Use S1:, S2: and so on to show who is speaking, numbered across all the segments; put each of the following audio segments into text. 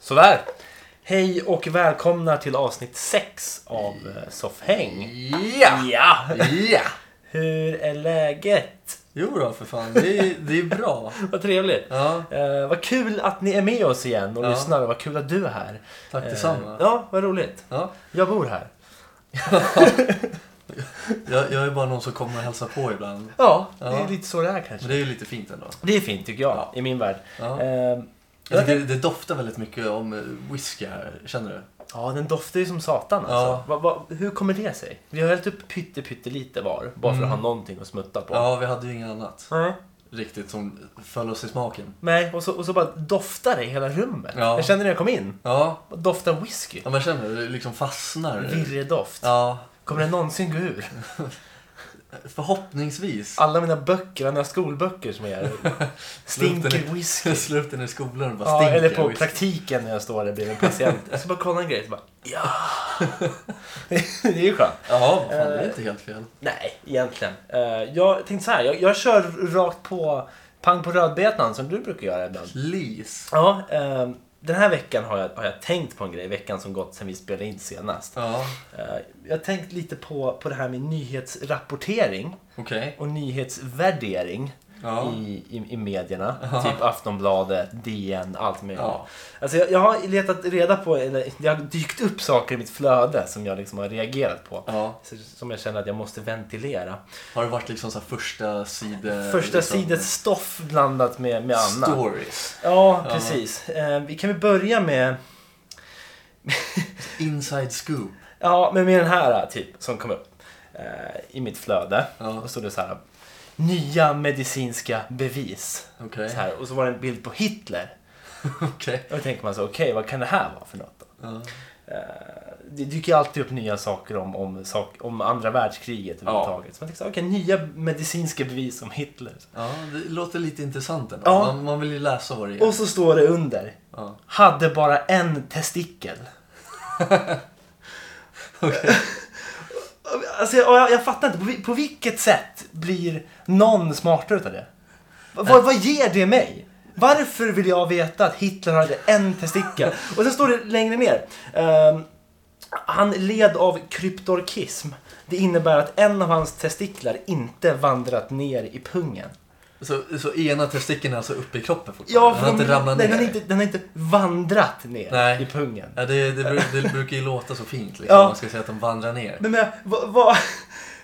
S1: Sådär!
S2: Hej och välkomna till avsnitt 6 av eh, Soffhäng.
S1: Ja!
S2: Ja!
S1: Ja!
S2: Hur är läget?
S1: Jo då för fan, det är, det är bra.
S2: Vad trevligt.
S1: Ja,
S2: Eh, vad kul att ni är med oss igen och
S1: Ja.
S2: lyssnar och vad kul att du är här.
S1: tack
S2: Eh,
S1: detsamma.
S2: Ja, vad roligt.
S1: Ja,
S2: Jag bor här.
S1: jag, jag är bara någon som kommer och hälsar på ibland.
S2: Ja, det
S1: Ja.
S2: är lite så det är kanske.
S1: Men det är ju lite fint ändå.
S2: Det är fint tycker jag,
S1: Ja.
S2: i min värld.
S1: Ja.
S2: Eh,
S1: Jag tycker det, det doftar väldigt mycket om eh, whisky här, känner du?
S2: Ja, den doftar ju som satan alltså.
S1: Ja.
S2: Va, va, hur kommer det sig? Vi har hällt upp pytte, pyttelite var, bara för att ha någonting att smutta på.
S1: Mm. Ja, vi hade ju inget annat
S2: Nej.
S1: riktigt som föll oss i smaken.
S2: Nej, och så, och så bara doftar det i hela rummet.
S1: Ja.
S2: Jag kände när jag kom in.
S1: Ja,
S2: Bara Doftar whisky.
S1: ja men känner du? Det liksom fastnar.
S2: Virredoft.
S1: Ja,
S2: Kommer det någonsin gå ur?
S1: förhoppningsvis.
S2: Alla mina böcker, alla mina skolböcker som jag gör, stinker
S1: Luktar
S2: whisky.
S1: Sluten i skolan och bara
S2: Ja,
S1: stinker
S2: eller på
S1: whisky.
S2: praktiken när jag står där bredvid en patient. Jag ska bara kolla en grej. Så bara, ja. det är ju skönt.
S1: Ja, fan,
S2: Eh.
S1: det är inte helt fel.
S2: Nej, egentligen. Eh, jag tänkte så här, jag, jag kör rakt på pang på rödbetan som du brukar göra ibland.
S1: Please.
S2: Ja, eh, den här veckan har jag, har jag tänkt på en grej, veckan som gått sen vi spelade in senast.
S1: Ja,
S2: Eh, jag har tänkt lite på, på det här med nyhetsrapportering
S1: okej.
S2: och nyhetsvärdering
S1: Ja.
S2: i, i, i medierna. Typ Aftonbladet, DN, allt möjligt.
S1: Ja.
S2: Alltså jag, jag har letat reda på, eller det har dykt upp saker i mitt flöde som jag liksom har reagerat på.
S1: Ja.
S2: Så- Som jag känner att jag måste ventilera.
S1: Har det varit liksom så här första side...
S2: Första
S1: liksom,
S2: sidets stoff blandat med, med annat.
S1: Stories.
S2: Ja,
S1: Ja.
S2: precis. Eh, vi kan väl börja med,
S1: Inside scoop.
S2: ja, men med den här typ som kom upp eh, i mitt flöde.
S1: Ja.
S2: Och så det så här, nya medicinska bevis.
S1: Okej.
S2: Så här, och så var det en bild på Hitler.
S1: Okej.
S2: Och då tänker man så, okej, vad kan det här vara för något då?
S1: Ja.
S2: Eh, Det dyker ju alltid upp nya saker om, om, sak, om andra världskriget överhuvudtaget. Så man tänker så här, okej, nya medicinska bevis om Hitler.
S1: ja, det låter lite intressant ändå.
S2: Ja.
S1: Man, man vill ju läsa vad det är.
S2: Och så står det under,
S1: Ja.
S2: hade bara en testikel. Alltså, jag, jag, jag fattar inte, på, vi- på vilket sätt blir någon smartare utav det? Vad, vad, vad ger det mig? Varför vill jag veta att Hitler hade en testikel? Och sen står det längre ner. ehm, han led av kryptorkism. Det innebär att en av hans testiklar inte vandrat ner i pungen.
S1: Så, så ena testikeln är alltså uppe i kroppen
S2: Ja,
S1: fortfarande? Den
S2: för
S1: har inte
S2: de,
S1: ramlat
S2: nej,
S1: ner?
S2: den, har inte, den har inte vandrat ner
S1: Nej.
S2: i pungen.
S1: Ja, det, det, bru- det brukar ju låta så fint liksom.
S2: Ja.
S1: Man ska säga att de vandrar ner.
S2: Men, men vad, vad,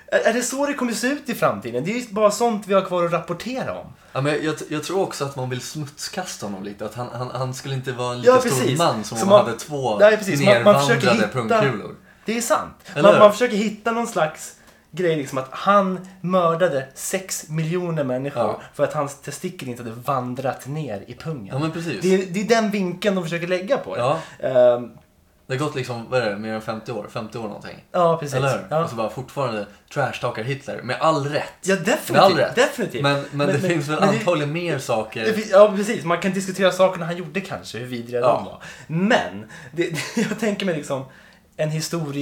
S2: är det så det kommer se ut i framtiden? Det är ju bara sånt vi har kvar att rapportera om.
S1: Ja, men jag, jag tror också att man vill smutskasta honom lite. Att han, han, han skulle inte vara en lika
S2: Ja,
S1: stor
S2: precis.
S1: man som
S2: Så
S1: om han
S2: man-
S1: hade två
S2: Nej, precis. Man- man försöker
S1: nervandrade
S2: hitta-
S1: pungkulor.
S2: Det är sant.
S1: Eller
S2: Man,
S1: hur?
S2: man försöker hitta någon slags grej liksom att han mördade 6 miljoner människor
S1: Ja.
S2: för att hans testikel inte hade vandrat ner i pungen.
S1: Ja, men precis.
S2: det, är, det är den vinkeln de försöker lägga på det.
S1: Ja,
S2: Ehm,
S1: det har gått liksom, vad är det, mer än 50 år? 50 år någonting.
S2: ja precis.
S1: Eller hur?
S2: Ja.
S1: Och så bara fortfarande trashtalkar Hitler med all rätt.
S2: ja,
S1: Med all
S2: definitivt.
S1: rätt.
S2: definitivt.
S1: Men, men, det finns väl
S2: men det-
S1: antagligen mer saker.
S2: Det fin- Ja precis, man kan diskutera sakerna han gjorde kanske, hur vidriga
S1: Ja.
S2: de var. Men, det, det- jag tänker mig liksom en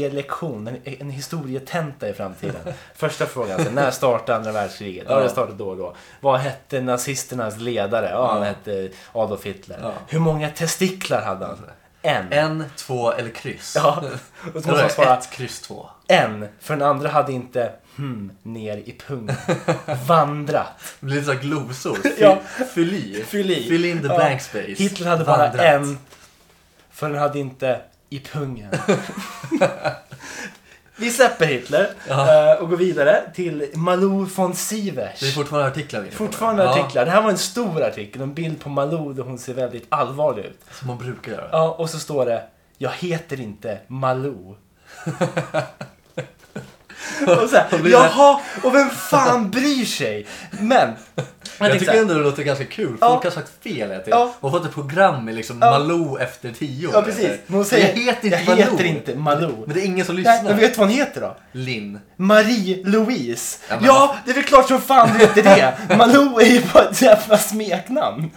S2: historielektion, en, en historietenta i framtiden. Första frågan, så, när startade andra världskriget? Ja,
S1: Ja.
S2: det startade då och då. Vad hette nazisternas ledare? Ja, han
S1: Ja.
S2: hette Adolf Hitler.
S1: Ja.
S2: Hur många testiklar hade han? En.
S1: En, två eller kryss.
S2: Ja. Och så måste
S1: Eller
S2: man svara
S1: ett, kryss, två.
S2: en, för den andra hade inte hmm, ner i pungen. Vandrat.
S1: Det blir lite såhär glosor. Fy-
S2: Ja.
S1: Fyll i.
S2: Fyll i.
S1: Fill in the
S2: Ja.
S1: blank space.
S2: Hitler hade bara
S1: Vandrat.
S2: en. För den hade inte i pungen. Vi släpper Hitler
S1: Ja.
S2: eh, och går vidare till Malou von Sivers.
S1: Det är fortfarande artiklar vi är inne på nu.
S2: Fortfarande
S1: Ja,
S2: artiklar. Det här var en stor artikel. En bild på Malou där hon ser väldigt allvarlig ut.
S1: Som man brukar göra.
S2: Ja, och så står det Jag heter inte Malou. och så
S1: Då
S2: här,
S1: blir det-
S2: Jaha, och vem fan bryr sig? Men.
S1: Jag,
S2: tänkte så
S1: tycker
S2: här,
S1: ändå det låter ganska kul. Folk
S2: Ja.
S1: har sagt fel hela tiden.
S2: Ja.
S1: Och fått ett program med liksom
S2: Ja.
S1: Malou efter tio år.
S2: Ja precis.
S1: eller?
S2: Men hon säger,
S1: jag heter inte
S2: jag
S1: Malou.
S2: heter inte Malou.
S1: Men det är ingen som lyssnar.
S2: Nej, men vet du vad hon heter då?
S1: Linn.
S2: Marie-Louise.
S1: Ja,
S2: Ja,
S1: men-
S2: det är väl klart som fan du heter det. Malou är ju bara ett jävla smeknamn.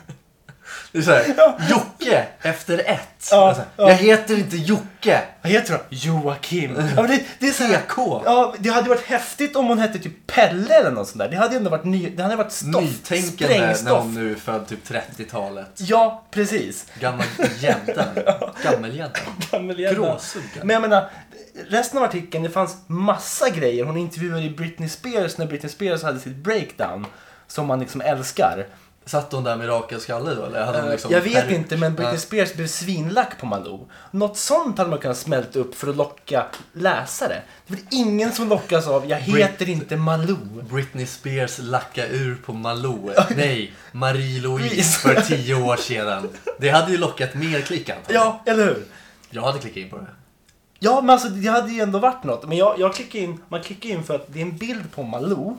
S1: Det är så här, Jocke efter ett.
S2: Ja,
S1: Alltså,
S2: ja.
S1: Jag heter inte Jocke.
S2: Vad heter hon? Joakim. Ja, men det, det är så här,
S1: TK.
S2: Ja, det hade varit häftigt om hon hette typ Pelle eller något sånt där. Det hade ändå varit, ny, det hade varit stoff.
S1: Nytänkande när
S2: Sprängstoff.
S1: hon nu är född typ 30-talet.
S2: Ja, precis.
S1: Gammal jänta. Gammeljänta.
S2: Gammeljävla.
S1: Gråsugga.
S2: Men jag menar, resten av artikeln, det fanns massa grejer. Hon intervjuade ju Britney Spears när Britney Spears hade sitt breakdown. Som man liksom älskar. Eh,
S1: Satt hon där med rakad skalle då? Eller hade hon liksom
S2: jag vet
S1: peruk?
S2: inte, men Britney
S1: Nej.
S2: Spears blev svinlack på Malou. Något sånt hade man kunnat smälta upp för att locka läsare. Det är väl ingen som lockas av “Jag heter inte Malou”.
S1: Britney Spears lacka ur på Malou. Nej, Marie-Louise
S2: Louise.
S1: för tio år sedan. Det hade ju lockat mer klick antagligen.
S2: Ja, eller hur?
S1: Jag hade klickat in på det.
S2: Ja, men alltså det hade ju ändå varit något. Men jag, jag klickar in, man klickar in för att det är en bild på Malou.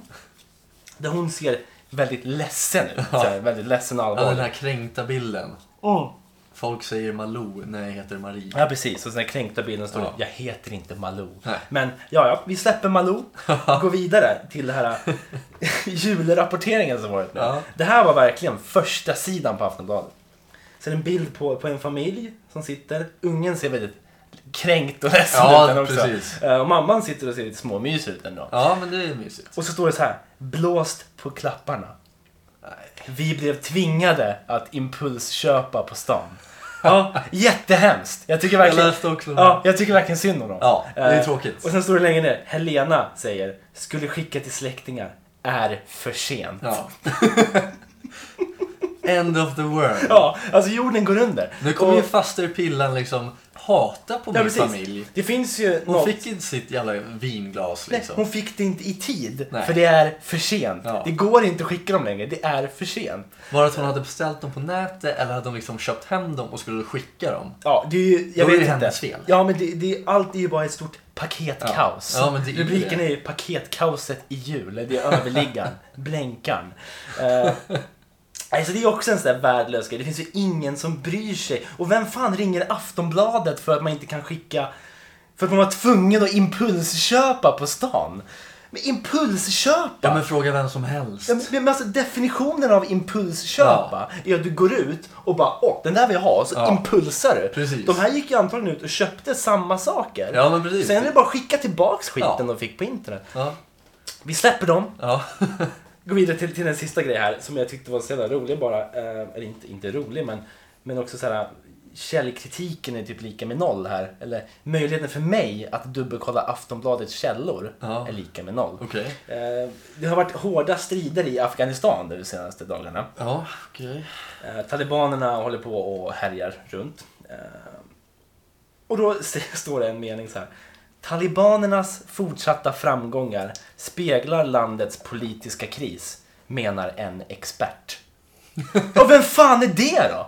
S2: Där hon ser väldigt ledsen ut.
S1: Ja.
S2: Så här, väldigt ledsen och
S1: Ja, den
S2: allvarlig.
S1: här kränkta bilden.
S2: Mm.
S1: Folk säger Malou när jag heter Marie.
S2: Ja precis, och sen kränkta bilden står det
S1: Ja.
S2: “Jag heter inte Malou”.
S1: Nej.
S2: Men ja, ja, vi släpper Malou går vidare till det här eh, julrapporteringen som varit nu.
S1: Ja.
S2: Det här var verkligen första sidan på Aftonbladet. Så det är en bild på, på en familj som sitter. Ungen ser väldigt kränkt och ledsen
S1: Ja,
S2: ut den också.
S1: precis.
S2: Eh, Och mamman sitter och ser lite småmysig ut ändå.
S1: Ja, men det är mysigt.
S2: Och så står det så här “Blåst på klapparna”. Vi blev tvingade att impulsköpa på stan. Ja, jättehemskt. Jag tycker verkligen,
S1: Jag läste också det.
S2: ja, jag tycker verkligen synd om dem.
S1: Ja, det är
S2: Eh,
S1: tråkigt.
S2: Och sen står det längre ner. Helena säger, skulle skicka till släktingar, är för sent. Ja,
S1: Ja. End of the world.
S2: alltså jorden går under.
S1: Nu kommer ju
S2: Och-
S1: faster Pillan liksom hata på
S2: ja,
S1: min
S2: precis.
S1: familj.
S2: Det finns ju
S1: Hon
S2: något.
S1: fick inte sitt jävla vinglas
S2: Nej,
S1: liksom.
S2: Hon fick det inte i tid,
S1: Nej.
S2: för det är för sent.
S1: Ja.
S2: Det går inte att skicka dem längre, det är för sent.
S1: Var det att hon hade beställt dem på nätet eller hade de liksom köpt hem dem och skulle skicka dem?
S2: Ja, det är ju, jag
S1: Då är
S2: vet inte.
S1: det hennes fel.
S2: Ja, men det, det, allt är ju bara ett stort paketkaos.
S1: Ja, men det är ju
S2: Rubriken
S1: det.
S2: är ju paketkaoset i jul. Det är överliggan, blänkan. Eh, alltså det är också en sån där värdelös grej. Det finns ju ingen som bryr sig. Och vem fan ringer Aftonbladet för att man inte kan skicka... För att man var tvungen att impulsköpa på stan. Men impulsköpa?
S1: Ja men fråga vem som helst.
S2: Ja, men, men alltså, definitionen av impulsköpa är att du går ut och bara åh, den där vill jag ha, så
S1: Ja.
S2: impulsar du.
S1: Precis.
S2: De här gick ju antagligen ut och köpte samma saker.
S1: Ja, men precis.
S2: Sen är det bara att skicka tillbaks skiten
S1: Ja.
S2: de fick på internet.
S1: Ja.
S2: Vi släpper dem,
S1: ja.
S2: går vidare till, till den sista grejen här som jag tyckte var så jävla rolig bara. Eh, eller inte, inte rolig men, men också så här källkritiken är typ lika med noll här. Eller möjligheten för mig att dubbelkolla Aftonbladets källor
S1: Ja.
S2: är lika med noll.
S1: Okej.
S2: Eh, Det har varit hårda strider i Afghanistan de senaste dagarna.
S1: Ja, okej.
S2: Eh, Talibanerna håller på och härjar runt. Eh, Och då st- står det en mening så här. Talibanernas fortsatta framgångar speglar landets politiska kris, menar en expert. Ja, vem fan är det då?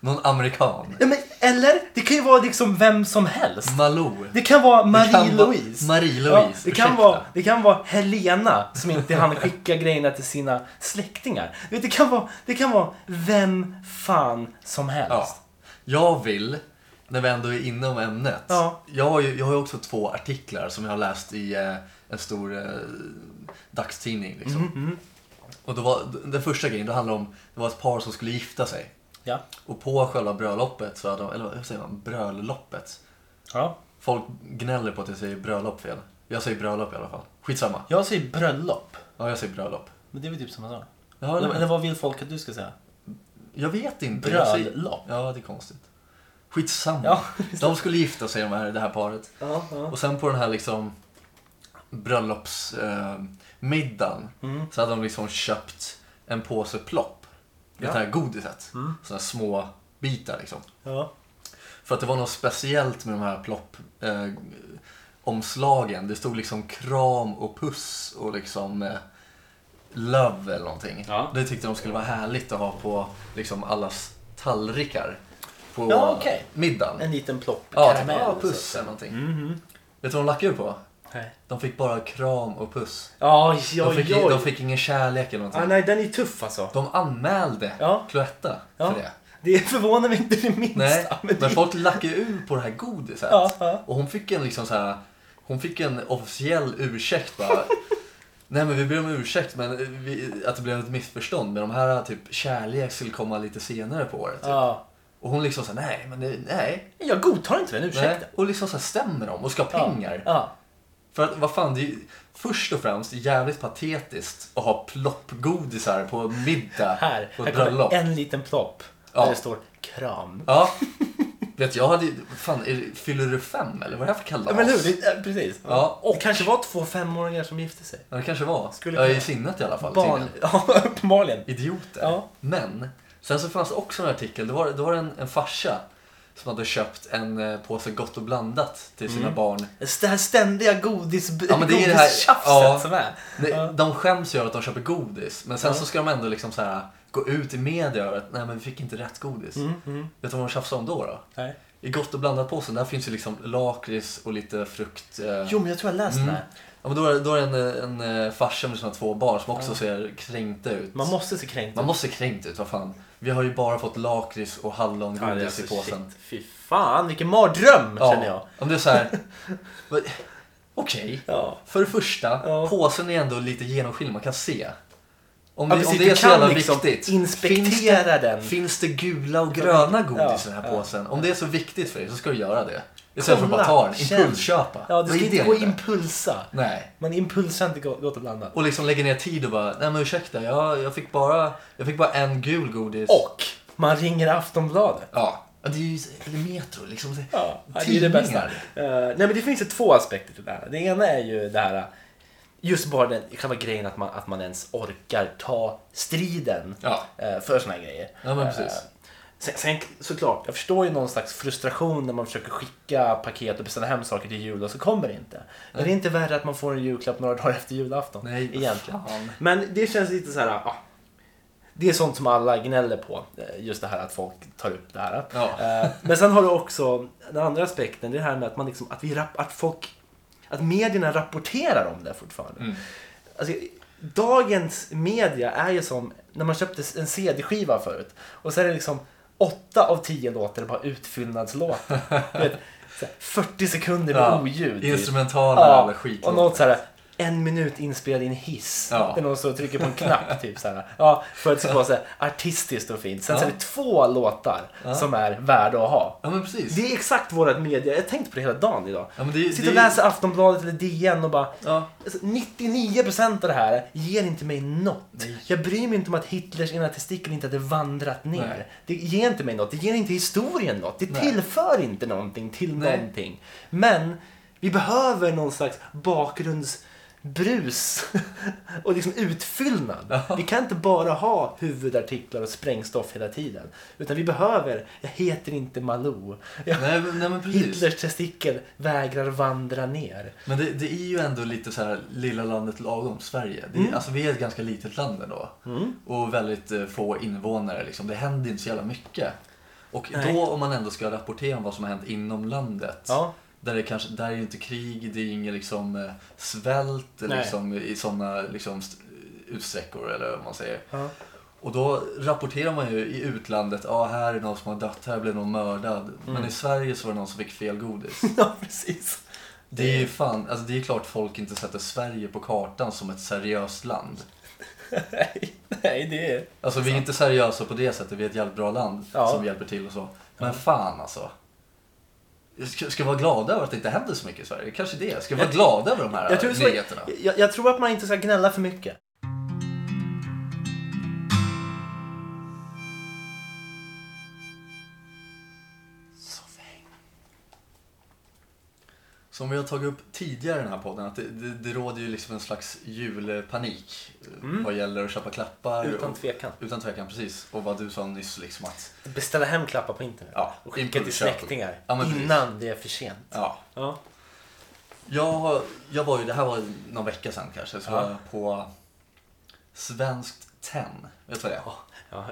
S1: Någon amerikan.
S2: Ja, men, eller? Det kan ju vara liksom vem som helst.
S1: Malou.
S2: Det kan vara
S1: Det kan vara-
S2: Marie-Louise.
S1: Marie-Louise,
S2: det, kan
S1: ursäkta.
S2: vara, det kan vara Helena som inte hann skicka grejerna till sina släktingar. Du vet, Det kan vara, det kan vara vem fan som helst.
S1: Ja. Jag vill, när vi ändå är inne om ämnet.
S2: Ja.
S1: Jag, har ju, jag har ju också två artiklar som jag har läst i eh, en stor eh, dagstidning. Liksom. Och då var, den första grejen, det handlade om det var ett par som skulle gifta sig.
S2: Ja.
S1: Och på själva bröllopet, så hade de, eller hur säger man, brölloppet.
S2: ja.
S1: Folk gnäller på att jag säger bröllop fel. Jag säger bröllop i alla fall. Skitsamma.
S2: Jag säger bröllop.
S1: Ja, jag säger bröllop.
S2: Men det är väl typ samma sak?
S1: Ja,
S2: Eller,
S1: det-
S2: eller vad vill folk att du ska säga?
S1: Jag vet inte. Jag säger-
S2: Bröllop?
S1: Ja, det är konstigt. Skitsamma.
S2: Ja,
S1: de skulle gifta sig, de här, det här paret.
S2: Ja,
S1: Och sen på den här liksom bröllopsmiddagen eh, middagen
S2: Mm,
S1: så hade de liksom köpt en påse plopp. Det
S2: Ja.
S1: här godiset. Mm. Sådana små bitar liksom.
S2: ja.
S1: För att det var något speciellt med de här plopp eh, omslagen. Det stod liksom kram och puss och liksom eh, love eller någonting.
S2: Ja.
S1: Det tyckte de skulle vara härligt att ha på liksom allas tallrikar på
S2: Ja, okej.
S1: middagen.
S2: En liten plopp
S1: Ja, typ,
S2: karamell.
S1: ja,
S2: och
S1: puss
S2: så. Mhm.
S1: eller någonting. Vet du vad de lackade på?
S2: Nej.
S1: De fick bara kram och puss.
S2: Ja,
S1: De
S2: ja,
S1: fick,
S2: ja.
S1: de fick ingen kärlek eller
S2: Ah,
S1: någonting.
S2: nej, den är tuff alltså.
S1: de anmälde
S2: Ja.
S1: Cloetta
S2: Ja.
S1: för det.
S2: Det förvånar mig inte det minsta.
S1: Nej,
S2: men det-
S1: men folk lackade ur på det här godiset.
S2: Ja, ja.
S1: Och hon fick en liksom så här, hon fick en officiell ursäkt bara. Nej men vi ber om ursäkt men vi, att det blev ett missförstånd. Men de här typ kärlek skulle komma lite senare på året. Typ.
S2: Ja.
S1: Och hon liksom såhär, nej men det, nej.
S2: Jag godtar inte den ursäkten.
S1: nej. Och liksom såhär stämmer de och ska ha
S2: Ja.
S1: pengar.
S2: Ja.
S1: För att vad fan, det är ju först och främst jävligt patetiskt att ha ploppgodisar på middag
S2: Här,
S1: på
S2: här
S1: ett bröllop.
S2: kommer en liten plopp.
S1: Ja.
S2: Där det står kram.
S1: Ja. Vet jag hade ju- fan, är det, fyller du fem eller vad är det här för kalas?
S2: Ja, men hur? Det, ja, precis.
S1: Ja, och-
S2: Det kanske var två femåringar som gifte sig.
S1: Ja, det kanske var.
S2: Skulle
S1: ja, i
S2: kunna.
S1: sinnet i alla fall.
S2: Barn.
S1: tydligen.
S2: Ja, uppenbarligen.
S1: Idioter.
S2: Ja.
S1: Men, sen så fanns det också en artikel, det var, det var en, en farsa som hade köpt en eh, påse Gott och blandat till
S2: Mm.
S1: sina barn.
S2: Det här ständiga godis,
S1: Ja, men det är det här-
S2: godistjafset
S1: ja.
S2: som är.
S1: Nej,
S2: Ja.
S1: De skäms ju över att de köper godis, men sen
S2: Ja.
S1: så ska de ändå liksom så här, gå ut i media över att nej men vi fick inte rätt godis.
S2: Mm, mm.
S1: Vet du vad de tjafsade om då? då?
S2: Nej.
S1: I gott och blandat-påsen, där finns ju liksom lakrits och lite frukt. Eh.
S2: Jo, men jag tror jag läste
S1: Mm.
S2: det.
S1: Ja, men då är, då är det en, eh, en eh, farsa med sina två barn som också ser kränkta ut.
S2: Man måste se kränkt
S1: Man måste se kränkt ut, vad fan. Vi har ju bara fått lakrits och
S2: Ja, det är
S1: hallongodis i
S2: alltså
S1: påsen.
S2: shit. Fy fan, vilken mardröm känner jag.
S1: om det är så här. vad- Okej.
S2: Ja.
S1: För det första,
S2: Ja.
S1: påsen är ändå lite genomskinlig, man kan se. Om
S2: Ja,
S1: det,
S2: precis,
S1: om det är
S2: du
S1: så
S2: kan
S1: jävla
S2: liksom
S1: viktigt.
S2: inspektera
S1: finns det,
S2: den.
S1: Finns det gula och gröna godis i den här
S2: ja,
S1: påsen? Om det är så viktigt för dig så ska du göra det. Istället för att bara ta
S2: Kolla,
S1: den.
S2: känn.
S1: Impulsköpa.
S2: Ja, du
S1: Vad
S2: ska
S1: är
S2: inte
S1: det
S2: gå och
S1: inte?
S2: impulsa.
S1: Nej.
S2: Man impulsar inte gott gott och blandat.
S1: Och liksom lägga ner tid och bara, nej men ursäkta, jag, jag, fick, bara, jag fick bara en gul godis.
S2: Och man ringer Aftonbladet.
S1: Ja. Ja, Det är ju eller Metro liksom.
S2: Ja, det är det
S1: Tidningar.
S2: bästa. Eh, nej, men det finns ju två aspekter till det här. Det ena är ju det här, eh, just bara den själva grejen att man, att man ens orkar ta striden
S1: Ja.
S2: eh, för såna här grejer.
S1: Ja, men precis.
S2: Eh, Sen, sen såklart, jag förstår ju någon slags frustration när man försöker skicka paket och beställa hem saker till jul och så kommer det inte. Men det är inte värre att man får en julklapp några dagar efter julafton.
S1: Nej, vad
S2: egentligen.
S1: fan.
S2: Men det känns lite så här, ah, det är sånt som alla gnäller på. eh, Just det här att folk tar upp det här.
S1: Ja.
S2: Eh, Men sen har du också den andra aspekten. Det är det här med att, man liksom, att, vi rapp, att, folk, att medierna rapporterar om det fortfarande.
S1: Mm.
S2: Alltså, dagens media är ju som när man köpte en CD-skiva förut. Och så är det liksom åtta av tio låtar bara utfyllnadslåtar. Du vet, så här 40 sekunder med
S1: Ja,
S2: oljud. typ.
S1: Instrumentala
S2: Ja,
S1: jävla skit.
S2: och något så här en minut inspelad i en hiss.
S1: Ja.
S2: Där någon står och trycker på en knapp. typ så här. Ja, För att det ska vara så här artistiskt och fint. Sen så är
S1: Ja.
S2: det två låtar som är värda att ha.
S1: Ja men precis.
S2: Det är exakt vårat media. Jag har tänkt på det hela dagen idag.
S1: Ja, men det,
S2: Jag sitter och
S1: det-
S2: läser Aftonbladet eller DN och bara
S1: Ja.
S2: alltså, 99% av det här ger inte mig något.
S1: Nej.
S2: Jag bryr mig inte om att Hitlers ena testikel inte hade vandrat ner.
S1: Nej.
S2: Det ger inte mig något. Det ger inte historien något. Det
S1: Nej.
S2: tillför inte någonting till
S1: Nej.
S2: någonting. Men vi behöver någon slags bakgrundsbrus och liksom utfyllnad. Vi kan inte bara ha huvudartiklar och sprängstoff hela tiden. Utan vi behöver, jag heter inte Malou. Jag,
S1: Nej, men- nej men precis.
S2: Hitlers testikel vägrar vandra ner.
S1: Men det, det är ju ändå lite så här lilla landet lagom, Sverige. Det är,
S2: Mm.
S1: Alltså vi är ett ganska litet land ändå. Och väldigt eh, få invånare liksom. Det händer inte så jävla mycket. Och
S2: Nej.
S1: då om man ändå ska rapportera om vad som har hänt inom landet.
S2: Ja.
S1: Där det kanske, där är ju inte krig, det är ingen liksom eh, svält
S2: Nej.
S1: liksom, i sådana liksom st- utsträckor eller vad man säger.
S2: Ja.
S1: Och då rapporterar man ju i utlandet, ja ah, här är någon som har dött, här blev någon mördad.
S2: Mm.
S1: Men i Sverige så var det någon som fick fel godis.
S2: Ja, precis.
S1: Det är ju fan, alltså det är klart folk inte sätter Sverige på kartan som ett seriöst land.
S2: Nej, nej det är...
S1: Alltså vi är inte seriösa på det sättet, vi är ett jävligt bra land
S2: Ja.
S1: som hjälper till och så. Men fan alltså. Ska, ska vi vara glada över att det inte händer så mycket i Sverige? Kanske det. Ska vi vara glada över de här
S2: Jag tror, så,
S1: Eh, nyheterna?
S2: jag, jag tror att man inte ska gnälla för mycket.
S1: Som vi har tagit upp tidigare i den här podden, att det, det, det råder ju liksom en slags julpanik eh, vad gäller att köpa klappar.
S2: Mm. Utan
S1: och,
S2: tvekan.
S1: utan tvekan, precis. Och vad du sa nyss, liksom att
S2: Beställa hem klappar på internet.
S1: Ja,
S2: och skicka till
S1: impulsköp.
S2: släktingar.
S1: Ja, men precis.
S2: innan det är för sent.
S1: ja,
S2: Ja.
S1: Jag, har- jag var ju, det här var någon vecka sedan kanske, så
S2: Ja.
S1: var jag på Svenskt Tenn. Vet du vad det är?
S2: ja,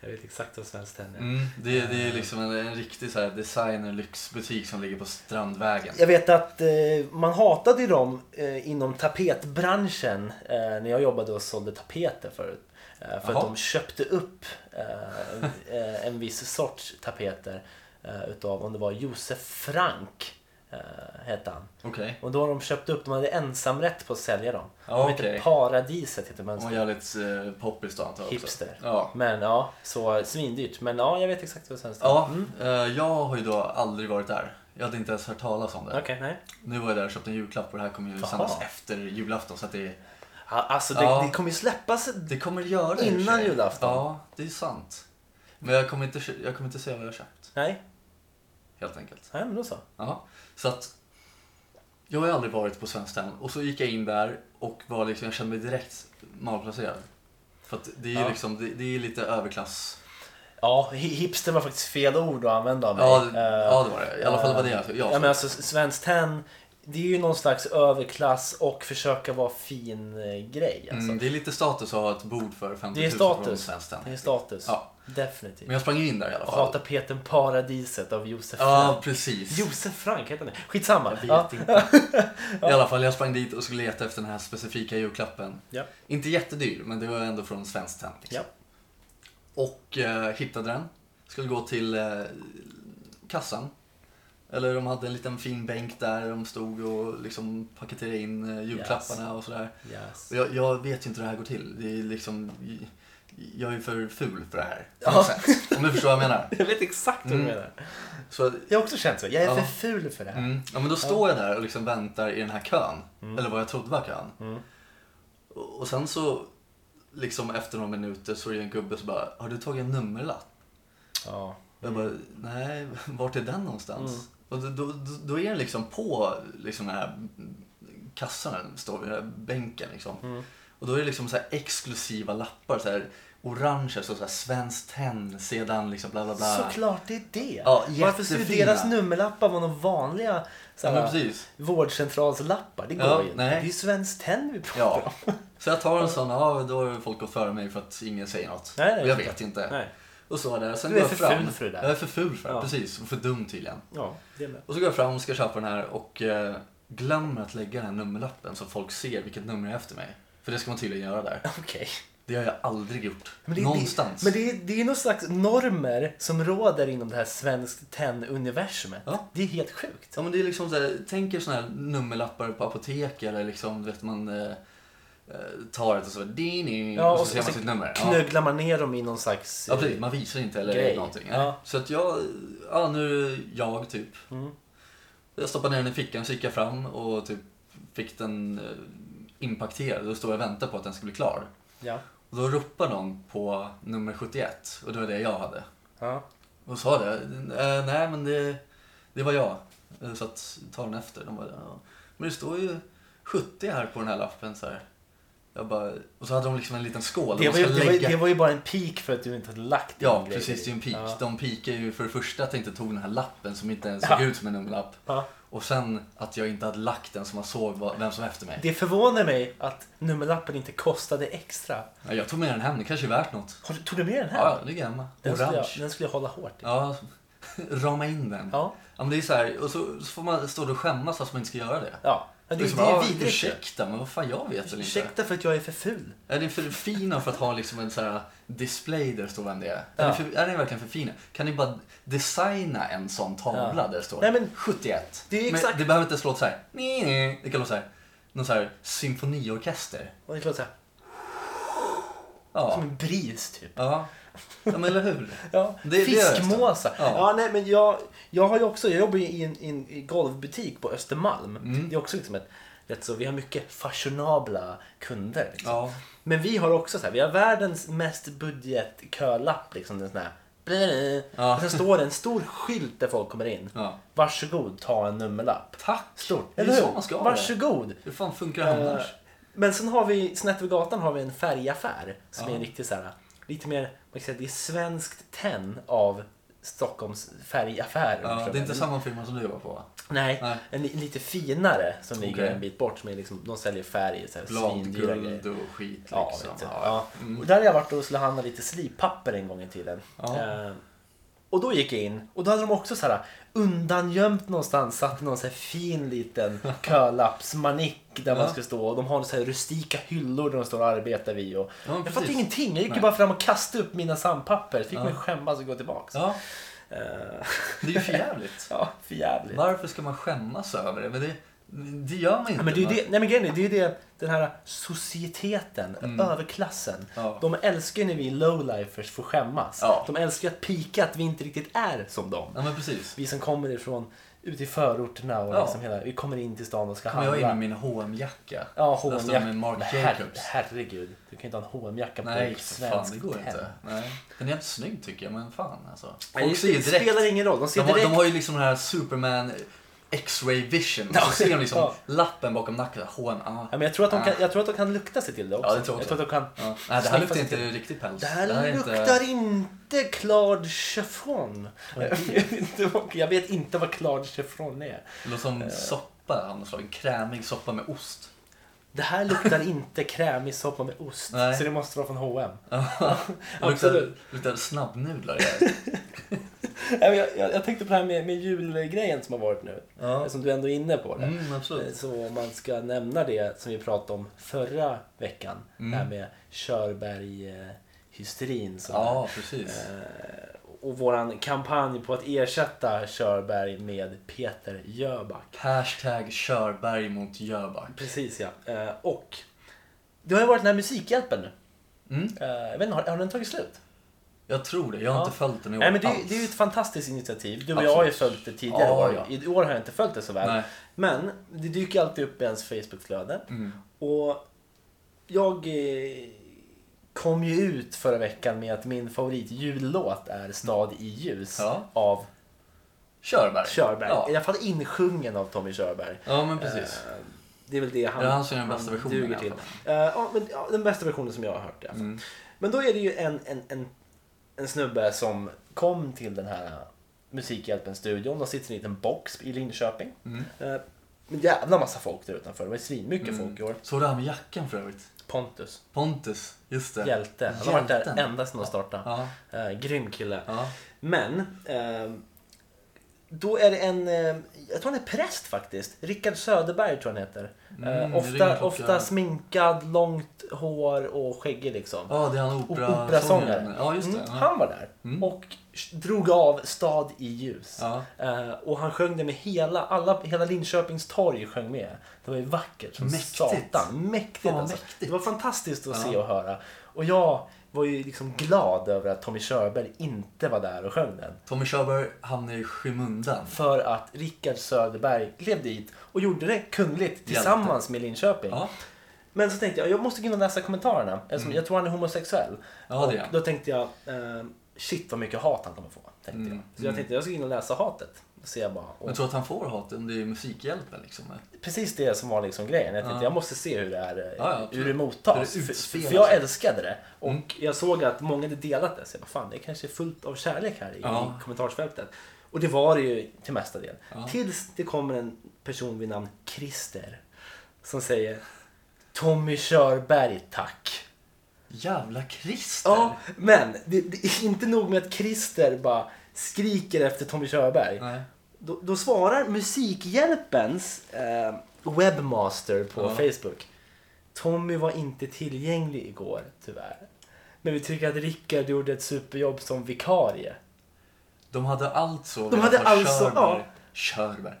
S2: jag vet exakt vad Svenskt Tenn är.
S1: Mm, det, är- det är liksom en, en riktig så här designer lyxbutik som ligger på Strandvägen.
S2: Jag vet att eh, man hatade ju dem eh, inom tapetbranschen eh, när jag jobbade och sålde tapeter förut. Eh, för
S1: Jaha.
S2: att de köpte upp eh, eh, en viss sorts tapeter eh, utav, om det var Josef Frank. Eh, eh, hette han.
S1: Okej.
S2: Och då har de köpt upp, de hade ensamrätt på att sälja dem. De
S1: Ja,
S2: heter
S1: okej.
S2: Paradiset heter
S1: Okay. Och
S2: mönstret.
S1: jävligt eh, poppis då antar jag också.
S2: Hipster.
S1: Ja.
S2: Men ja, så svindyrt. Men ja, jag vet exakt vad Svensk
S1: Ja, eh, jag har ju då aldrig varit där. Jag hade inte ens hört talas om det.
S2: Okej, nej.
S1: Nu var jag där och köpte en julklapp och det här kommer ju
S2: Jaha.
S1: sändas efter julafton så att det,
S2: Ja, Alltså det,
S1: Ja.
S2: det kommer ju släppas
S1: det kommer det göra i och för
S2: Innan
S1: sig.
S2: julafton.
S1: Ja, det är sant. Men jag kommer inte, kö- jag kommer inte säga vad jag har köpt,
S2: Nej,
S1: helt enkelt.
S2: nej men då så.
S1: Ja, så att jag har ju aldrig varit på Svenskt Tenn och så gick jag in där och var liksom, jag kände mig direkt malplacerad. För att det är ju
S2: Ja.
S1: liksom, det, det är lite överklass.
S2: Ja, hi- hipster var faktiskt fel ord att använda av mig.
S1: Ja, det,
S2: Eh,
S1: ja, det var det. I alla fall var det jag, jag
S2: ja,
S1: såg.
S2: men alltså Svenskt Tenn, det är ju någon slags överklass och försöka vara fin eh, grej. Alltså.
S1: Mm, det är lite status att ha ett bord för 50
S2: Det är
S1: 000 från
S2: status.
S1: Svenskt Tenn.
S2: Det är status.
S1: Ja.
S2: Definitivt.
S1: Men jag sprang in där i alla
S2: Jag
S1: fall.
S2: hatar Petern Paradiset av Josef
S1: Ja,
S2: Frank.
S1: precis.
S2: Josef Frank heter han det? Skitsamma.
S1: Jag
S2: Ja.
S1: vet inte. I alla fall, jag sprang dit och skulle leta efter den här specifika julklappen.
S2: Ja.
S1: Inte jättedyr, men det var ändå från Svenskt Tenn. liksom.
S2: Ja.
S1: Och eh, hittade den. Skulle gå till eh, kassan. Eller de hade en liten fin bänk där de stod och liksom paketerade in eh, julklapparna och sådär.
S2: Yes.
S1: Och jag, jag vet ju inte hur det här går till. Det är liksom... Jag är ju för ful för det här. på
S2: Ja.
S1: något sätt. Om du förstår vad jag menar.
S2: Jag vet exakt vad du
S1: Mm.
S2: menar.
S1: Så
S2: Jag har också känt så. Jag är
S1: Ja.
S2: för ful för det här.
S1: Mm. Ja, men då står jag där och liksom väntar i den här kön. Eller vad jag trodde var kön.
S2: Mm.
S1: Och och sen så, liksom efter några minuter så är det en gubbe som bara, har du tagit en nummerlapp?
S2: Ja.
S1: Och Jag bara, nej, vart är den någonstans?
S2: Mm.
S1: Och då, då, då- då är den liksom på liksom den här kassan, den står vid den här bänken liksom.
S2: Mm.
S1: Och då är det liksom så här exklusiva lappar, så här orange, så så här Svenskt Tenn, sedan liksom bla bla bla.
S2: Såklart det är det.
S1: Ja,
S2: Varför skulle
S1: jättefina.
S2: deras nummerlappar vara några vanliga så
S1: Ja,
S2: här,
S1: men precis.
S2: vårdcentralslappar? Det går
S1: Ja,
S2: ju inte.
S1: nej.
S2: Det är ju Svenskt Tenn vi pratar om.
S1: Ja. Så jag tar en sån, ja då har folk gått före mig för att ingen säger något.
S2: Nej, nej,
S1: och jag
S2: nej.
S1: vet inte.
S2: Nej.
S1: Och så var det. Sen
S2: Du
S1: går
S2: är
S1: jag
S2: för
S1: fram.
S2: ful för det där.
S1: Jag är för ful för det,
S2: Ja.
S1: precis. Och för dum tydligen.
S2: Ja, det med.
S1: Och så går jag fram och ska köpa den här och eh, glömmer att lägga den här nummerlappen så folk ser vilket nummer jag är efter mig. För det ska man tydligen göra där.
S2: Okej.
S1: Det har jag aldrig gjort.
S2: Men det,
S1: Någonstans.
S2: Det, men det, är- det är någon slags normer som råder inom det här Svenskt Tenn-universumet.
S1: Ja.
S2: Det är helt sjukt.
S1: Ja men det är liksom så här, tänk er såna här nummerlappar på apotek eller liksom, du vet man eh, eh, tar ett och så, dini,
S2: Ja,
S1: Mm, och så
S2: och så-
S1: ser man
S2: och så
S1: sitt nummer. Ja.
S2: Knögglar man ner dem i någon slags...
S1: Ja typ.
S2: eh,
S1: precis, man visar inte eller
S2: Grej.
S1: någonting.
S2: Ja.
S1: Så att jag, ja nu är det jag typ.
S2: Mm.
S1: Jag stoppade ner den i fickan, så gick jag fram och typ fick den eh, inpakterad. Då stod jag och väntade på att den skulle bli klar.
S2: ja.
S1: Och då ropade någon på nummer 71 och det var det jag hade.
S2: ja.
S1: Och sa det, eh, nej men det, det var jag. Eh, Så att ta den efter. De bara, ja. Men det står ju 70 här på den här lappen så här. Jag bara, och så hade de liksom en liten skål. där
S2: Det,
S1: de
S2: var
S1: ska
S2: ju, det, var, ju-
S1: lägga-
S2: det var ju bara en pik för att du inte hade lagt din
S1: Ja,
S2: grej
S1: precis. Det är ju en
S2: i.
S1: pik.
S2: Ja.
S1: De pikar ju för det första att jag inte tog den här lappen som inte ens
S2: Ja.
S1: såg ut som en nummerlapp.
S2: Ja.
S1: Och sen att jag inte hade lagt den som man såg vad- vem som var efter mig.
S2: Det förvånar mig att nummerlappen inte kostade extra.
S1: Ja, Jag tog med den hem, det kanske är värt något.
S2: Har du, tog du med den här?
S1: Ja, den ligger hemma.
S2: den, skulle jag,
S1: Orange.
S2: den skulle jag hålla hårt i.
S1: Ja, rama in den. Ja.
S2: Ja.
S1: men det är så här, och så, så får man stå och skämmas att man inte ska göra det.
S2: ja. Men
S1: Det
S2: Det,
S1: är,
S2: det,
S1: som,
S2: är
S1: ja,
S2: vidrigt.
S1: Ursäkta, men vad fan, jag vet väl inte.
S2: Ursäkta för att jag är för ful.
S1: Är ni för fina för att ha liksom en så här display där det står vem det är? Är,
S2: Ja.
S1: ni för, är ni verkligen för fina? Kan ni bara designa en sån tavla
S2: Ja.
S1: där det står
S2: Nej, men-
S1: 71?
S2: Det är ju exakt-
S1: men det behöver inte ens låta så här. Nej, nej. Det kan låta så här. Någon så här symfoniorkester.
S2: Och det är klart så här,
S1: Ja.
S2: Som en bris typ.
S1: Ja. ja men eller hur?
S2: Ja,
S1: Det- det är
S2: fiskmåsa.
S1: det. Ja.
S2: Ja. nej, men jag, jag har ju också, jag jobbar ju i en, i en i golvbutik på Östermalm.
S1: Mm.
S2: Det är också liksom ett, rätt så, vi har mycket fashionabla kunder. Liksom.
S1: Ja.
S2: Men vi har också så här, vi har världens mest budgetkölapp. Liksom, den sån här,
S1: Ja.
S2: Och sen står det en stor skylt där folk kommer in.
S1: ja.
S2: Varsågod, ta en nummerlapp.
S1: Tack!
S2: Stort.
S1: Det är
S2: eller
S1: så
S2: hur?
S1: man ska ha det.
S2: Varsågod.
S1: Hur fan funkar det annars?
S2: Eh, Men sen har vi, snett vid gatan har vi en färgaffär som
S1: Ja.
S2: är en riktig så här, lite mer, man kan säga det är svenskt tenn av Stockholms färgaffärer. om du
S1: ja,
S2: förstår
S1: det är inte
S2: mig.
S1: samma firma som du jobbar på va?
S2: Nej,
S1: Nej.
S2: en li- lite finare som ligger
S1: Okej.
S2: en bit bort. Som är liksom, de säljer färg i så här svindyra grejer.
S1: Bladguld och skit liksom.
S2: Ja, vet du. ja. Och där har jag varit och skulle handla lite slipapper en gång i tiden.
S1: Ja.
S2: Eh, och då gick jag in och då hade de också så här undangömt någonstans satt någon så här fin liten kölappsmanick där
S1: Ja.
S2: man skulle stå och de har så här rustika hyllor där de står och arbetar vid. Och...
S1: men
S2: jag
S1: precis.
S2: fattade ingenting. Jag gick ju
S1: Nej.
S2: bara fram och kastade upp mina sandpapper. Fick mig skämmas och gå tillbaks.
S1: Ja.
S2: Eh,
S1: Det är ju förjävligt.
S2: ja, för jävligt.
S1: Varför ska man skämmas över det? Men det, det gör man inte.
S2: Ja, men det är ju
S1: man-
S2: det, nej men grejen är, det är ju det, den här societeten, överklassen.
S1: Mm. Ja.
S2: De älskar ju när vi lowlifers får skämmas.
S1: Ja.
S2: De älskar att pika att vi inte riktigt är som dem.
S1: Ja, men precis.
S2: Vi som kommer ifrån, ut i förorterna och
S1: Ja.
S2: liksom hela, vi kommer in till stan och ska
S1: Kommer jag in
S2: handla.
S1: med min H&M-jacka?
S2: Ja,
S1: Där står det
S2: H&M-jacka.
S1: med Marc
S2: Men her,
S1: Jacobs.
S2: herregud, du kan ju inte ha en H&M-jacka på
S1: Nej,
S2: ett
S1: fan
S2: svenskt
S1: det går
S2: hem.
S1: inte. Nej. Den är inte snygg tycker jag, men fan alltså.
S2: Nej,
S1: Folk ser ju
S2: det
S1: direkt.
S2: spelar ingen roll, de
S1: De
S2: ser
S1: har,
S2: direkt.
S1: de har ju liksom den här Superman X-ray vision.
S2: Ja.
S1: Så ser de liksom
S2: Ja.
S1: lappen bakom nacken. H&M. ah.
S2: Ja, men jag, tror att de
S1: Ah.
S2: kan, jag tror att de kan lukta sig till det också.
S1: Ja, det tror jag
S2: jag
S1: också.
S2: tror att de kan
S1: Ja. Nej, det
S2: sniffa
S1: här luktar
S2: sig
S1: inte
S2: till-
S1: riktigt päls.
S2: Det här,
S1: är inte-
S2: luktar inte Claude Chiffon. Jag vet inte vad- jag vet inte vad Claude Chiffon är.
S1: Det låter som soppa av något slag. En krämig soppa med ost.
S2: Det här luktar inte krämig soppa med ost.
S1: Nej.
S2: Så det måste vara från H&M.
S1: Det luktar,
S2: Absolut.
S1: luktar snabbnudlar i det här.
S2: Nej, men Jag, jag, jag tänkte på det här med, med julgrejen som har varit nu.
S1: Ja.
S2: Som du ändå är inne på. Det.
S1: Mm, absolut.
S2: Så om man ska nämna det som vi pratade om förra veckan. Det
S1: Mm.
S2: här med Körberg-hysterin. som är-
S1: Ja, precis.
S2: Eh, och våran kampanj på att ersätta Körberg med Peter Jöback.
S1: Hashtag Körberg mot Jöback.
S2: Precis ja. Eh, och det har ju varit den här Musikhjälpen nu.
S1: Mm.
S2: Eh, jag vet inte, har, har den tagit slut?
S1: Jag tror det. Jag har
S2: Ja.
S1: inte följt den i år
S2: Nej, men det, är-
S1: alls.
S2: det är ju ett fantastiskt initiativ. Du och
S1: Absolut.
S2: jag har ju följt det tidigare
S1: Ja,
S2: år.
S1: ja.
S2: I år har jag inte följt det så väl.
S1: Nej.
S2: Men det dyker alltid upp i ens Facebookflöde.
S1: Mm.
S2: Och jag eh, kom ju ut förra veckan med att min favoritjullåt är Stad i ljus
S1: Ja.
S2: av
S1: Körberg.
S2: Körberg. I
S1: Ja.
S2: alla fall insjungen av Tommy Körberg.
S1: ja, men precis.
S2: Eh, Det är väl det han,
S1: Det är han som är den bästa versionen i
S2: duger
S1: alla
S2: till.
S1: fall. Mm.
S2: Eh, ja, men, ja, den bästa versionen som jag har hört i alla fall. Men då är det ju en, en, en, en snubbe som kom till den här Musikhjälpen-studion. De sitter i en liten box i Linköping. Mm. en jävla massa folk där utanför. Det var ju svinmycket folk i år.
S1: Såg du han med jackan för övrigt?
S2: Pontus,
S1: Mm. Pontus, just det.
S2: hjälte. Han har varit där
S1: Hjälten.
S2: ända sedan de startade.
S1: Ja.
S2: Eh, grym kille.
S1: Ja.
S2: Men eh, då är det en, eh, jag tror han är präst faktiskt. Rickard Söderberg tror jag han heter. Eh,
S1: Mm, det ringer
S2: ofta,
S1: klockan.
S2: ofta sminkad, långt hår och skäggig liksom.
S1: ja, det är han
S2: O-
S1: opera-
S2: Operasångare.
S1: Ja, just det.
S2: Mm,
S1: Ja.
S2: han var där och drog av Stad i ljus.
S1: Ja.
S2: Eh, och han sjöng det med hela, alla, hela Linköpings torg sjöng med. Det var ju vackert som
S1: Mäktigt.
S2: satan. Mäktigt,
S1: Fan, vad
S2: alltså.
S1: mäktigt.
S2: Det var fantastiskt att se och höra. Och jag var ju liksom glad över att Tommy Körberg inte var där och sjöng den.
S1: Tommy Körberg hamnar i skymundan.
S2: För att Rickard Söderberg klev dit och gjorde det kungligt tillsammans med Linköping.
S1: Ja. Mm.
S2: Men så tänkte jag, jag måste kunna läsa kommentarerna eftersom jag tror han är homosexuell.
S1: Ja, det är
S2: och
S1: han.
S2: då tänkte jag, eh, shit vad mycket hat han kommer få. Tänkte
S1: Mm.
S2: jag. Så jag tänkte, jag ska in och läsa hatet. Då ser jag bara, och
S1: Men tror att han får hat om det är Musikhjälpen liksom?
S2: Precis det som var liksom grejen. Jag tänkte, jag måste se hur det, är, eh,
S1: Ja, ja, absolut.
S2: hur det mottas.
S1: Hur det
S2: För,
S1: utspelar
S2: för jag
S1: sig. Mm.
S2: älskade det. Och jag såg att många hade delat det. Så jag bara, fan det kanske är fullt av kärlek här i,
S1: Ja.
S2: i kommentarsfältet. Och det var det ju till mesta del. Tills det kommer en person vid namn Christer. Som säger Tommy Körberg tack.
S1: Jävla Christer!
S2: Ja, men det, det är inte nog med att Christer bara skriker efter Tommy Körberg.
S1: Nej.
S2: Då, då svarar Musikhjälpens eh, webbmaster på
S1: Ja.
S2: Facebook. Tommy var inte tillgänglig igår, tyvärr. Men vi tycker att Rickard gjorde ett superjobb som vikarie.
S1: De hade alltså
S2: De
S1: velat
S2: hade
S1: ha
S2: alltså-
S1: Körberg.
S2: ja.
S1: Körberg.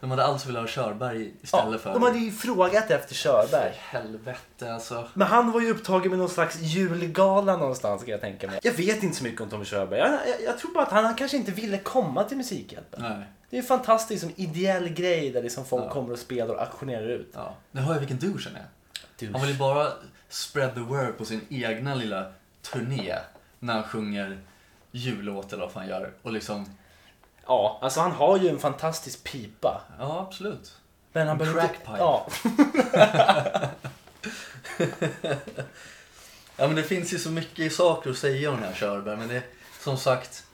S1: De hade alltså velat ha Körberg istället
S2: Ja,
S1: för...
S2: de hade ju frågat efter Körberg.
S1: Helvete alltså.
S2: Men han var ju upptagen med någon slags julgala någonstans kan jag tänka mig. Jag vet inte så mycket om Tommy Körberg. Jag, jag, jag tror bara att han, han kanske inte ville komma till Musikhjälpen.
S1: Nej.
S2: Det är en fantastisk som ideell grej där liksom folk
S1: Ja.
S2: kommer och spelar och auktionerar ut. Typ.
S1: Ja. Nu hör jag vilken douche han är. Han vill ju bara spread the word på sin egna lilla turné när han sjunger jullåt eller vad fan gör. Och liksom,
S2: Ja, alltså han har ju en fantastisk pipa.
S1: ja absolut.
S2: Men han
S1: En
S2: behöver
S1: crackpipe.
S2: Ja,
S1: Ja men det finns ju så mycket saker att säga om den här Körberg men det är som sagt...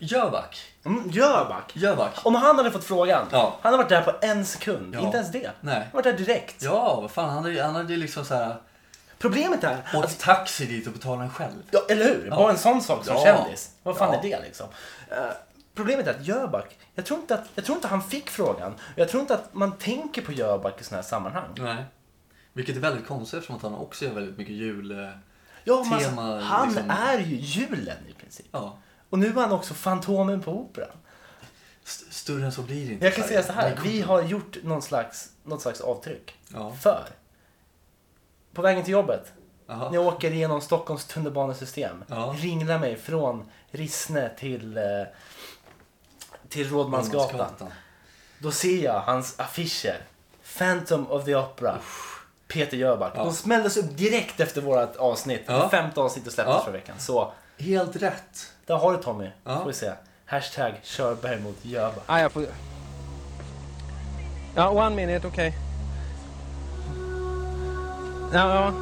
S1: Jöback.
S2: mm, Jöback.
S1: Jöback.
S2: Om han hade fått frågan.
S1: Ja.
S2: Han hade varit där på en sekund.
S1: Ja.
S2: Inte ens det. Han
S1: Nej.
S2: hade varit där direkt.
S1: Ja, vad fan han hade ju han hade ju liksom så här
S2: Problemet är...
S1: åkt taxi dit och betalat den själv.
S2: Ja, eller hur? Bara en sån sak som
S1: Ja.
S2: kändis. Vad fan
S1: Ja.
S2: är det liksom? Eh, problemet är att Jöback, jag tror, inte att, jag tror inte han fick frågan. Jag tror inte att man tänker på Jöback i såna här sammanhang.
S1: Nej. Vilket är väldigt konstigt eftersom att han också gör väldigt mycket jul... eh,
S3: Ja, men alltså,
S1: Tema,
S3: han
S1: liksom-
S3: är ju julen i princip.
S1: Ja.
S2: Och nu är han också Fantomen på Operan.
S1: St- större än så blir det inte.
S2: Jag kan
S1: Sverige.
S2: säga så
S1: Det
S2: här,
S1: är
S2: vi
S1: coolt.
S2: har gjort någon slags, något slags avtryck.
S1: Ja.
S2: För, på vägen till jobbet,
S1: Jaha.
S2: när jag åker igenom Stockholms tunnelbanesystem,
S1: Ja.
S2: ringlar mig från Rissne till, eh, till Rådmansgatan.
S1: Rådmansgatan.
S2: Då ser jag hans affischer. Phantom of the Opera. Peter Jöback.
S1: Ja.
S2: De smälldes upp direkt efter vårt avsnitt.
S1: Ja.
S2: Det femte avsnittet släpptes
S1: Ja.
S2: förra veckan. Så
S1: Helt rätt.
S2: där har du Tommy.
S1: Ja.
S2: Får vi se. Hashtag Körberg mot Jöback.
S4: Ah, jag får... Ja, one minute, okej. Ja, ja.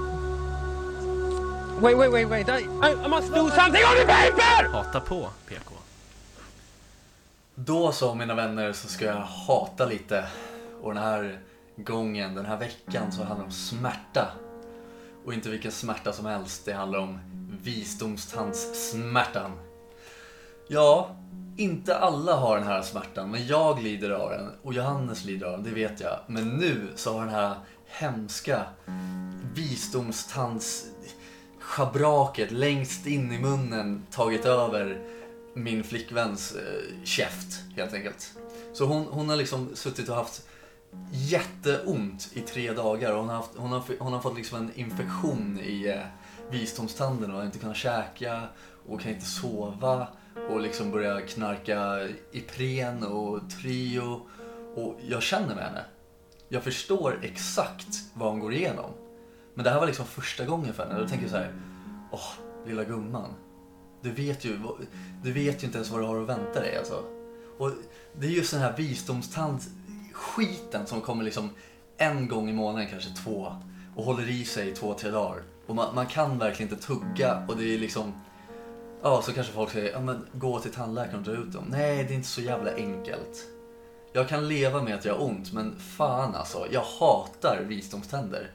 S4: Wait, wait, wait, wait. I, I must do something on the paper!
S3: Hata på PK.
S1: Då så mina vänner så ska jag hata lite. Och den här gången, den här veckan så handlar det om smärta. Och inte vilken smärta som helst, det handlar om visdomstandssmärtan. Ja, inte alla har den här smärtan, men jag lider av den och Johannes lider av den, det vet jag. Men nu så har den här hemska visdomstandsschabraket längst in i munnen tagit över min flickväns eh, käft helt enkelt. Så hon, hon har liksom suttit och haft jätteont i tre dagar. Hon har, haft, hon har, hon har fått liksom en infektion i eh, visdomstanden och har inte kunnat käka och kan inte sova och liksom börjar knarka Ipren och Trio. Och jag känner med henne. Jag förstår exakt vad hon går igenom. Men det här var liksom första gången för henne. Då tänker jag så här, åh, lilla gumman. Du vet, ju, vad- du vet ju inte ens vad du har att vänta dig alltså. Och det är just den här visdomstandskiten som kommer liksom en gång i månaden, kanske två, och håller i sig i två, tre dagar. Och man, man kan verkligen inte tugga och det är liksom, ja så kanske folk säger, ja men gå till tandläkaren och dra ut dem. Nej, det är inte så jävla enkelt. Jag kan leva med att jag har ont, men fan alltså, jag hatar visdomständer.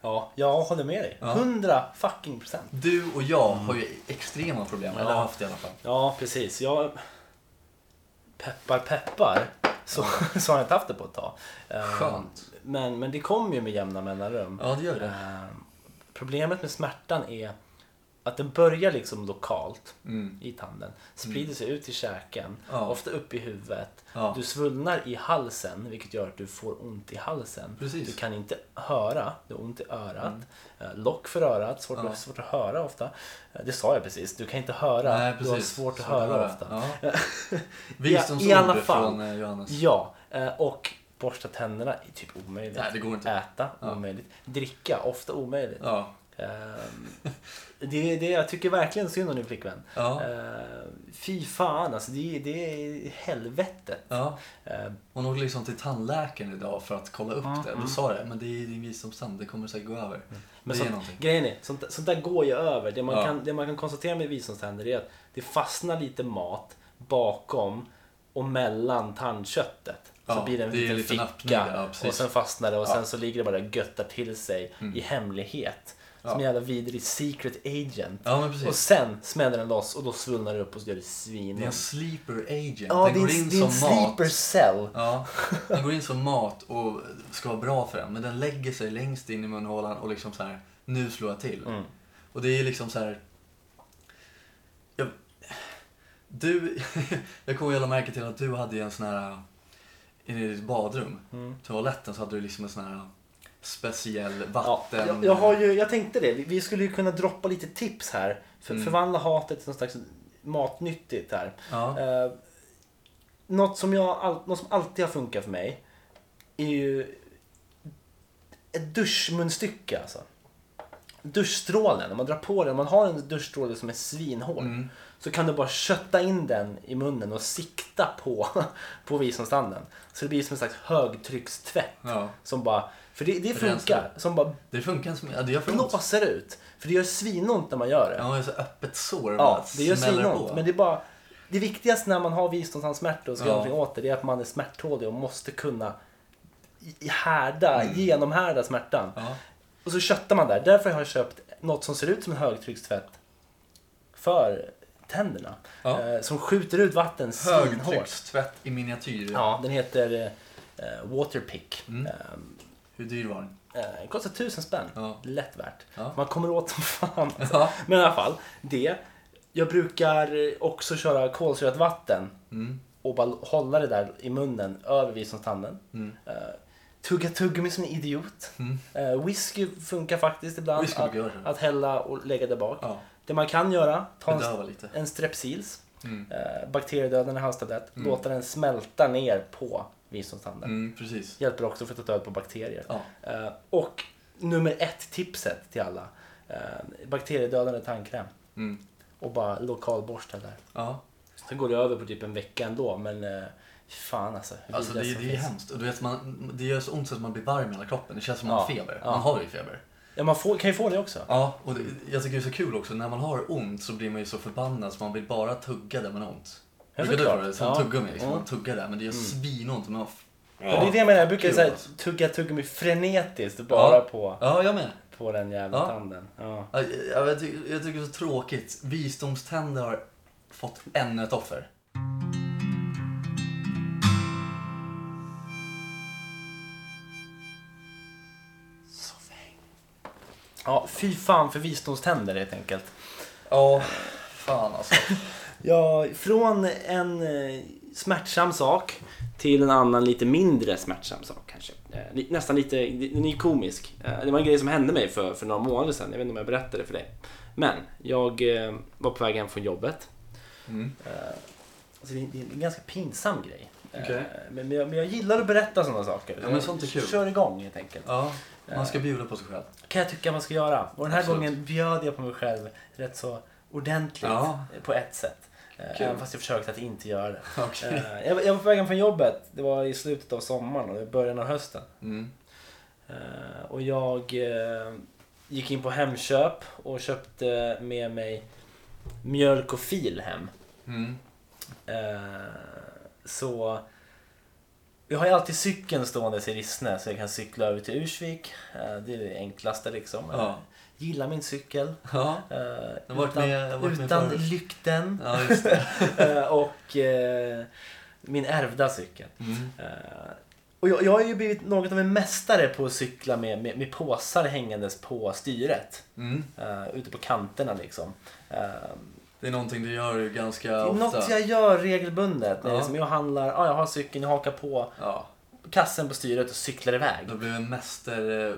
S2: Ja, jag håller med dig.
S1: Ja.
S2: 100 fucking procent.
S1: Du och jag har ju extrema problem, eller
S2: Ja.
S1: har haft i alla fall.
S2: Ja, precis. Jag... Peppar peppar. Så, så har jag inte haft det på ett tag. Eh,
S1: Skönt.
S2: Men, men det kommer ju med jämna mellanrum.
S1: Ja, det gör det.
S2: Eh, Problemet med smärtan är att den börjar liksom lokalt
S1: Mm.
S2: i tanden, sprider sig ut i käken,
S1: Ja.
S2: ofta upp i huvudet.
S1: Ja.
S2: Du svullnar i halsen vilket gör att du får ont i halsen.
S1: Precis. Mm.
S2: Du kan inte höra, du har ont i örat. Eh, Lock för örat, svårt,
S1: Ja.
S2: svårt att höra ofta. Eh, Det sa jag precis, du kan inte höra,
S1: Nej,
S2: du har
S1: precis.
S2: svårt att höra, ofta.
S1: Ja. Visdomsord
S2: I alla fall.
S1: från eh, Johannes.
S2: Ja, eh, och borsta tänderna är typ omöjligt.
S1: Nej, det går inte.
S2: Äta,
S1: Ja.
S2: omöjligt. Dricka, ofta omöjligt.
S1: Ja.
S2: Ehm, det är det jag tycker verkligen synd om din flickvän.
S1: Ja.
S2: Ehm, fy fan alltså, det, är- det är helvetet.
S1: ja.
S2: Ehm,
S1: Hon åkte liksom till tandläkaren idag för att kolla upp det. Då sa jag men det är din visdomstand, det kommer säkert gå över.
S2: mm. men
S1: det
S2: sånt,
S1: är någonting.
S2: grejen är, sånt, sånt där går ju över. Det man,
S1: Ja.
S2: kan, det man kan konstatera med visdomständer är att det fastnar lite mat bakom och mellan tandköttet. Så
S1: Ja,
S2: blir det en
S1: det är
S2: liten
S1: lite
S2: ficka
S1: nappning där, ja, precis.
S2: och sen fastnar det och
S1: Ja. Mm.
S2: sen så ligger det bara och göttar till sig i hemlighet. Som en
S1: Ja.
S2: jävla vidrig secret agent.
S1: Ja men precis.
S2: och sen smäller den loss och då svullnar det upp och så gör det svinont.
S1: det är en sleeper agent.
S2: Ja,
S1: den
S2: det är
S1: går
S2: en,
S1: in
S2: det är en
S1: som mat.
S2: Oh, sleeper cell.
S1: Ja, den går in som mat och ska vara bra för en. Men den lägger sig längst in i munhålan och liksom så här, nu slår jag till.
S2: Mm.
S1: Och det är liksom så här... Jag, du, jag kommer att lägga märke till att du hade ju en sån här... Inne i ditt badrum,
S2: Mm.
S1: toaletten, så hade du liksom en sån här speciell
S2: Ja,
S1: vatten...
S2: jag, jag, har ju, jag tänkte det, vi, vi skulle ju kunna droppa lite tips här. För,
S1: Mm.
S2: Förvandla hatet till något slags matnyttigt här.
S1: Ja.
S2: Eh, något, som jag, all, något som alltid har funkat för mig är ju ett duschmunstycke alltså. Duschstrålen, om man drar på den, om man har en duschstråle som är svinhård
S1: Mm.
S2: så kan du bara kötta in den i munnen och sikta på, på visdomstanden. Så det blir som en slags högtryckstvätt.
S1: Ja.
S2: Som bara, för det, det funkar,
S1: Rensar.
S2: som bara
S1: Det funkar som... Ja, det gör för ont.
S2: blåser ut. För det gör svinont när man gör det.
S1: Jag har ju så öppet sår. bara
S2: Ja, det gör
S1: smäller
S2: svinont.
S1: på.
S2: Men det är bara... Det viktigaste när man har visdomstandsmärta och ska
S1: Ja.
S2: göra någonting åt det, det är att man är smärttålig och måste kunna i- härda, genomhärda smärtan.
S1: Mm. Ja.
S2: Och så köttar man där. Därför har jag köpt något som ser ut som en högtryckstvätt för tänderna.
S1: Ja.
S2: Eh, som skjuter ut vatten svinhårt.
S1: Högtryckstvätt i miniatyr. Mm.
S2: Ja, den heter eh, Waterpick. Eh,
S1: Hur dyr var den?
S2: Eh, kostar tusen spänn.
S1: Ja.
S2: Lätt värt.
S1: Ja.
S2: Man kommer åt som fan. Alltså.
S1: Ja.
S2: Men i alla fall, det. Jag brukar också köra kolsyrat vatten
S1: Mm.
S2: och bara hålla det där i munnen över visdomstanden. Mm. tugga tuggummi som en idiot. Eh, whisky funkar faktiskt ibland.
S1: Mm. Whisky
S2: att,
S1: brukar jag köra.
S2: att hälla och lägga där bak.
S1: Ja.
S2: Det man kan göra, ta
S1: Bedöva
S2: en,
S1: lite. Mm.
S2: en strepsils, eh, bakteriedödande halstablett, låta den smälta ner på visdomstanden.
S1: Mm, precis.
S2: Hjälper också för att ta död på bakterier.
S1: Ja.
S2: Eh, och nummer ett tipset till alla. Eh, bakteriedödande tandkräm.
S1: Mm.
S2: Och bara lokalborsta där.
S1: Ja.
S2: Sen går det över på typ en vecka ändå men eh, fan alltså. hur
S1: Alltså det,
S2: vidrigt
S1: det,
S2: som
S1: är
S2: finns.
S1: hemskt. Och du vet, man, det gör så ont så att man blir varm i hela kroppen. Det känns som man har
S2: Ja.
S1: feber.
S2: Ja.
S1: Man har ju feber.
S2: Ja, man får, kan ju få det också.
S1: Ja, och det, jag tycker det är så kul också. När man har ont så blir man ju så förbannad så man vill bara tugga där man har ont.
S2: Ja,
S1: Brukar du
S2: såklart.
S1: göra det? Som
S2: Ja.
S1: tuggummi. Liksom.
S2: Ja.
S1: Man tuggar där men det gör svinont. Men man f-
S2: Men det är det jag menar, jag brukar
S1: Kul,
S2: såhär,
S1: alltså.
S2: tugga tuggummi frenetiskt bara på,
S1: Ja, jag med.
S2: på den jävla
S1: Ja.
S2: tanden. Ja.
S1: Ja, Jag, jag, tycker, jag tycker det är så tråkigt. Visdomständer har fått ännu ett offer.
S2: ja, fy fan för visdomständer helt enkelt.
S1: Ja, fan alltså.
S2: Ja, från en eh, smärtsam sak till en annan lite mindre smärtsam sak kanske. Eh, li- nästan lite, den är komisk. Eh, det var en grej som hände mig för, för några månader sedan, jag vet inte om jag berättade för dig. Men jag eh, var på väg hem från jobbet.
S1: Mm.
S2: Eh, alltså, det, är, det är en ganska pinsam grej. Eh,
S1: Okej.
S2: men, men, jag, men jag gillar att berätta sådana saker.
S1: Ja, men sånt är kul.
S2: Kör igång helt enkelt.
S1: Ja, man ska bjuda på sig själv.
S2: kan jag tycka man ska göra. Och den här
S1: Absolut.
S2: gången bjöd jag på mig själv rätt så ordentligt
S1: Ja.
S2: eh, på ett sätt. Eh,
S1: Kul.
S2: Även fast jag försökte att inte göra det.
S1: Okej.
S2: Eh, Jag, jag var på vägen från jobbet. Det var i slutet av sommaren och i början av hösten.
S1: Mm.
S2: Eh, Och jag eh, gick in på Hemköp och köpte med mig mjölk och fil hem.
S1: Mm.
S2: Eh, Så jag har ju alltid cykeln stående i Rissne så jag kan cykla över till Ursvik. Eh, Det är det enklaste liksom.
S1: Ja.
S2: Gillar min cykel.
S1: Ja.
S2: Eh,
S1: har varit
S2: utan
S1: med- jag har varit med
S2: utan
S1: förut.
S2: lykten.
S1: ja, just det.
S2: Eh, och eh, min ärvda cykel.
S1: Mm.
S2: Eh, och jag, jag har ju blivit något av en mästare på att cykla med, med, med påsar hängandes på styret.
S1: Mm.
S2: Eh, ute på kanterna liksom. Eh,
S1: Det är någonting du gör ganska
S2: det är
S1: ofta.
S2: något jag gör regelbundet.
S1: Ja.
S2: Ja. Liksom jag handlar, ja, jag har cykeln, jag hakar på
S1: Ja,
S2: kassen på styret och cyklar iväg.
S1: du blev en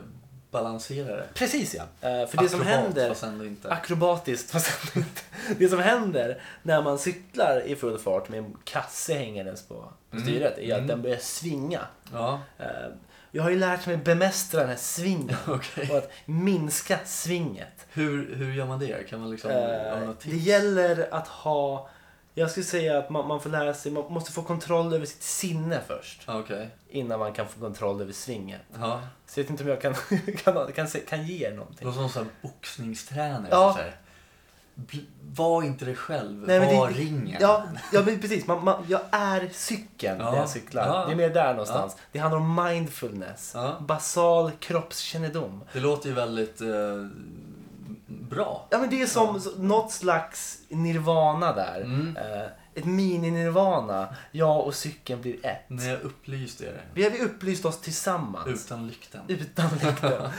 S1: mästerbalanserare.
S2: Precis ja. Eh, för det som händer
S1: Fast ändå inte.
S2: Akrobatiskt, fast ändå inte. Det som händer när man cyklar i full fart med en kasse hängandes på, på
S1: Mm.
S2: styret är att den börjar svinga.
S1: Ja,
S2: Eh, Jag har ju lärt mig bemästra den här svingen
S1: okej.
S2: och att minska svinget.
S1: Hur, hur gör man det? Kan man liksom...
S2: Eh,
S1: har du något
S2: Det
S1: tips?
S2: gäller att ha, jag skulle säga att man, man får lära sig, man måste få kontroll över sitt sinne först.
S1: Ja, Okej.
S2: Innan man kan få kontroll över svinget.
S1: Ja.
S2: Så jag vet inte om jag kan, kan, kan, se- kan ge er
S1: Det
S2: någonting.
S1: låter som sån här boxningstränare.
S2: Ja.
S1: Så här. Bl- Var inte dig själv,
S2: Nej, men
S1: var
S2: det-
S1: ringen.
S2: Ja, ja men precis. Man, man, jag är cykeln
S1: Ja.
S2: när jag cyklar.
S1: Ja.
S2: Det är mer där någonstans. Det handlar om mindfulness.
S1: Ja.
S2: Basal kroppskännedom.
S1: Det låter ju väldigt eh, bra.
S2: Ja, men det är som så- något slags nirvana där.
S1: Mm.
S2: Eh, ett mini-nirvana. Jag och cykeln blir ett.
S1: När jag upplyste er
S2: Vi har ju upplyst oss tillsammans.
S1: utan lyktan.
S2: Utan läktaren.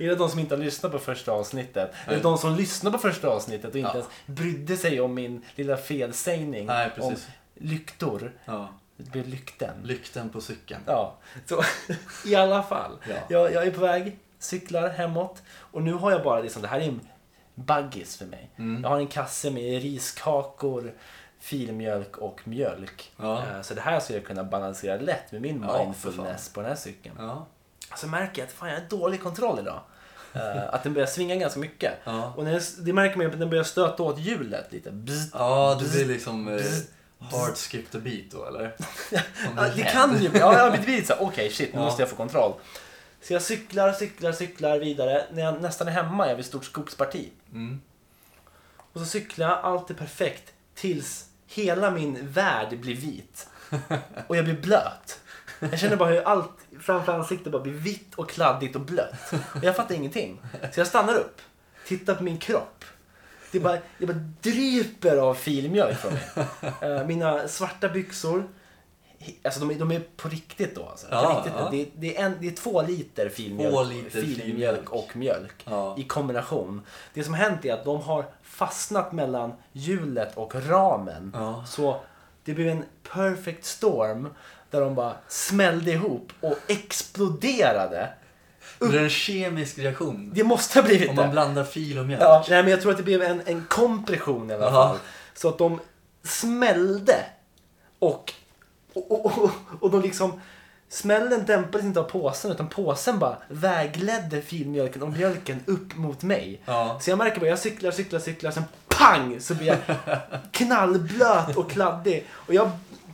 S2: är det de som inte har lyssnat på första avsnittet? Eller
S1: Nej.
S2: de som lyssnade på första avsnittet och inte
S1: Ja.
S2: ens brydde sig om min lilla felsägning
S1: Nej,
S2: om
S1: precis.
S2: lyktor?
S1: Ja.
S2: Det blir lykten.
S1: Lykten på cykeln.
S2: Ja, så i alla fall.
S1: Ja.
S2: Jag, jag är på väg, cyklar hemåt och nu har jag bara liksom, det här är en baggis för mig.
S1: Mm.
S2: Jag har en kasse med riskakor, filmjölk och mjölk.
S1: Ja.
S2: Eh, Så det här skulle jag kunna balansera lätt med min
S1: Ja,
S2: mindfulness på den här cykeln.
S1: Ja.
S2: Så märker jag att fan, jag har dålig kontroll idag. Eh, att den börjar svinga ganska mycket.
S1: Ja.
S2: Och när jag, det märker man ju att den börjar stöta åt hjulet lite. Bzz,
S1: Ja, det blir liksom eh, hard skip the beat då, eller? Om
S2: Ja,
S1: är
S2: det
S1: rädd.
S2: kan ju bli. Ja, jag har blivit lite så här, okej shit, nu
S1: Ja.
S2: måste jag få kontroll. Så jag cyklar, cyklar, cyklar vidare. När jag nästan är hemma, jag är vid ett stort skogsparti.
S1: Mm.
S2: Och så cyklar jag, allt är perfekt. Tills hela min värld blir vit. Och jag blir blöt. Jag känner bara hur allt framför ansiktet bara blir vitt och kladdigt och blött. Och jag fattar ingenting. Så jag stannar upp, tittar på min kropp. Det bara, det bara dryper av filmjölk från mig. Eh, Mina svarta byxor, Alltså de, är- de är på riktigt då. Alltså.
S1: Ja,
S2: på riktigt,
S1: Ah, ja.
S2: det, är- det, är en, det är två liter filmjölk,
S1: Två liter filmjölk.
S2: och mjölk
S1: Ja.
S2: i kombination. Det som hänt är att de har fastnat mellan hjulet och ramen.
S1: Ja.
S2: Så det blev en perfect storm där de bara smällde ihop och exploderade.
S1: Det är en kemisk reaktion.
S2: Det måste ha blivit
S1: Om
S2: det.
S1: man blandar fil och mjölk.
S2: Ja, nej, men jag tror att det blev en, en kompression i alla
S1: Jaha.
S2: fall. Så att de smällde och, och, och, och, och de liksom Smällen dämpades inte av påsen utan påsen bara vägledde filmjölken och mjölken upp mot mig.
S1: Ja.
S2: Så jag märker bara, jag cyklar, cyklar, cyklar, sen pang så blir jag knallblöt och kladdig. Och jag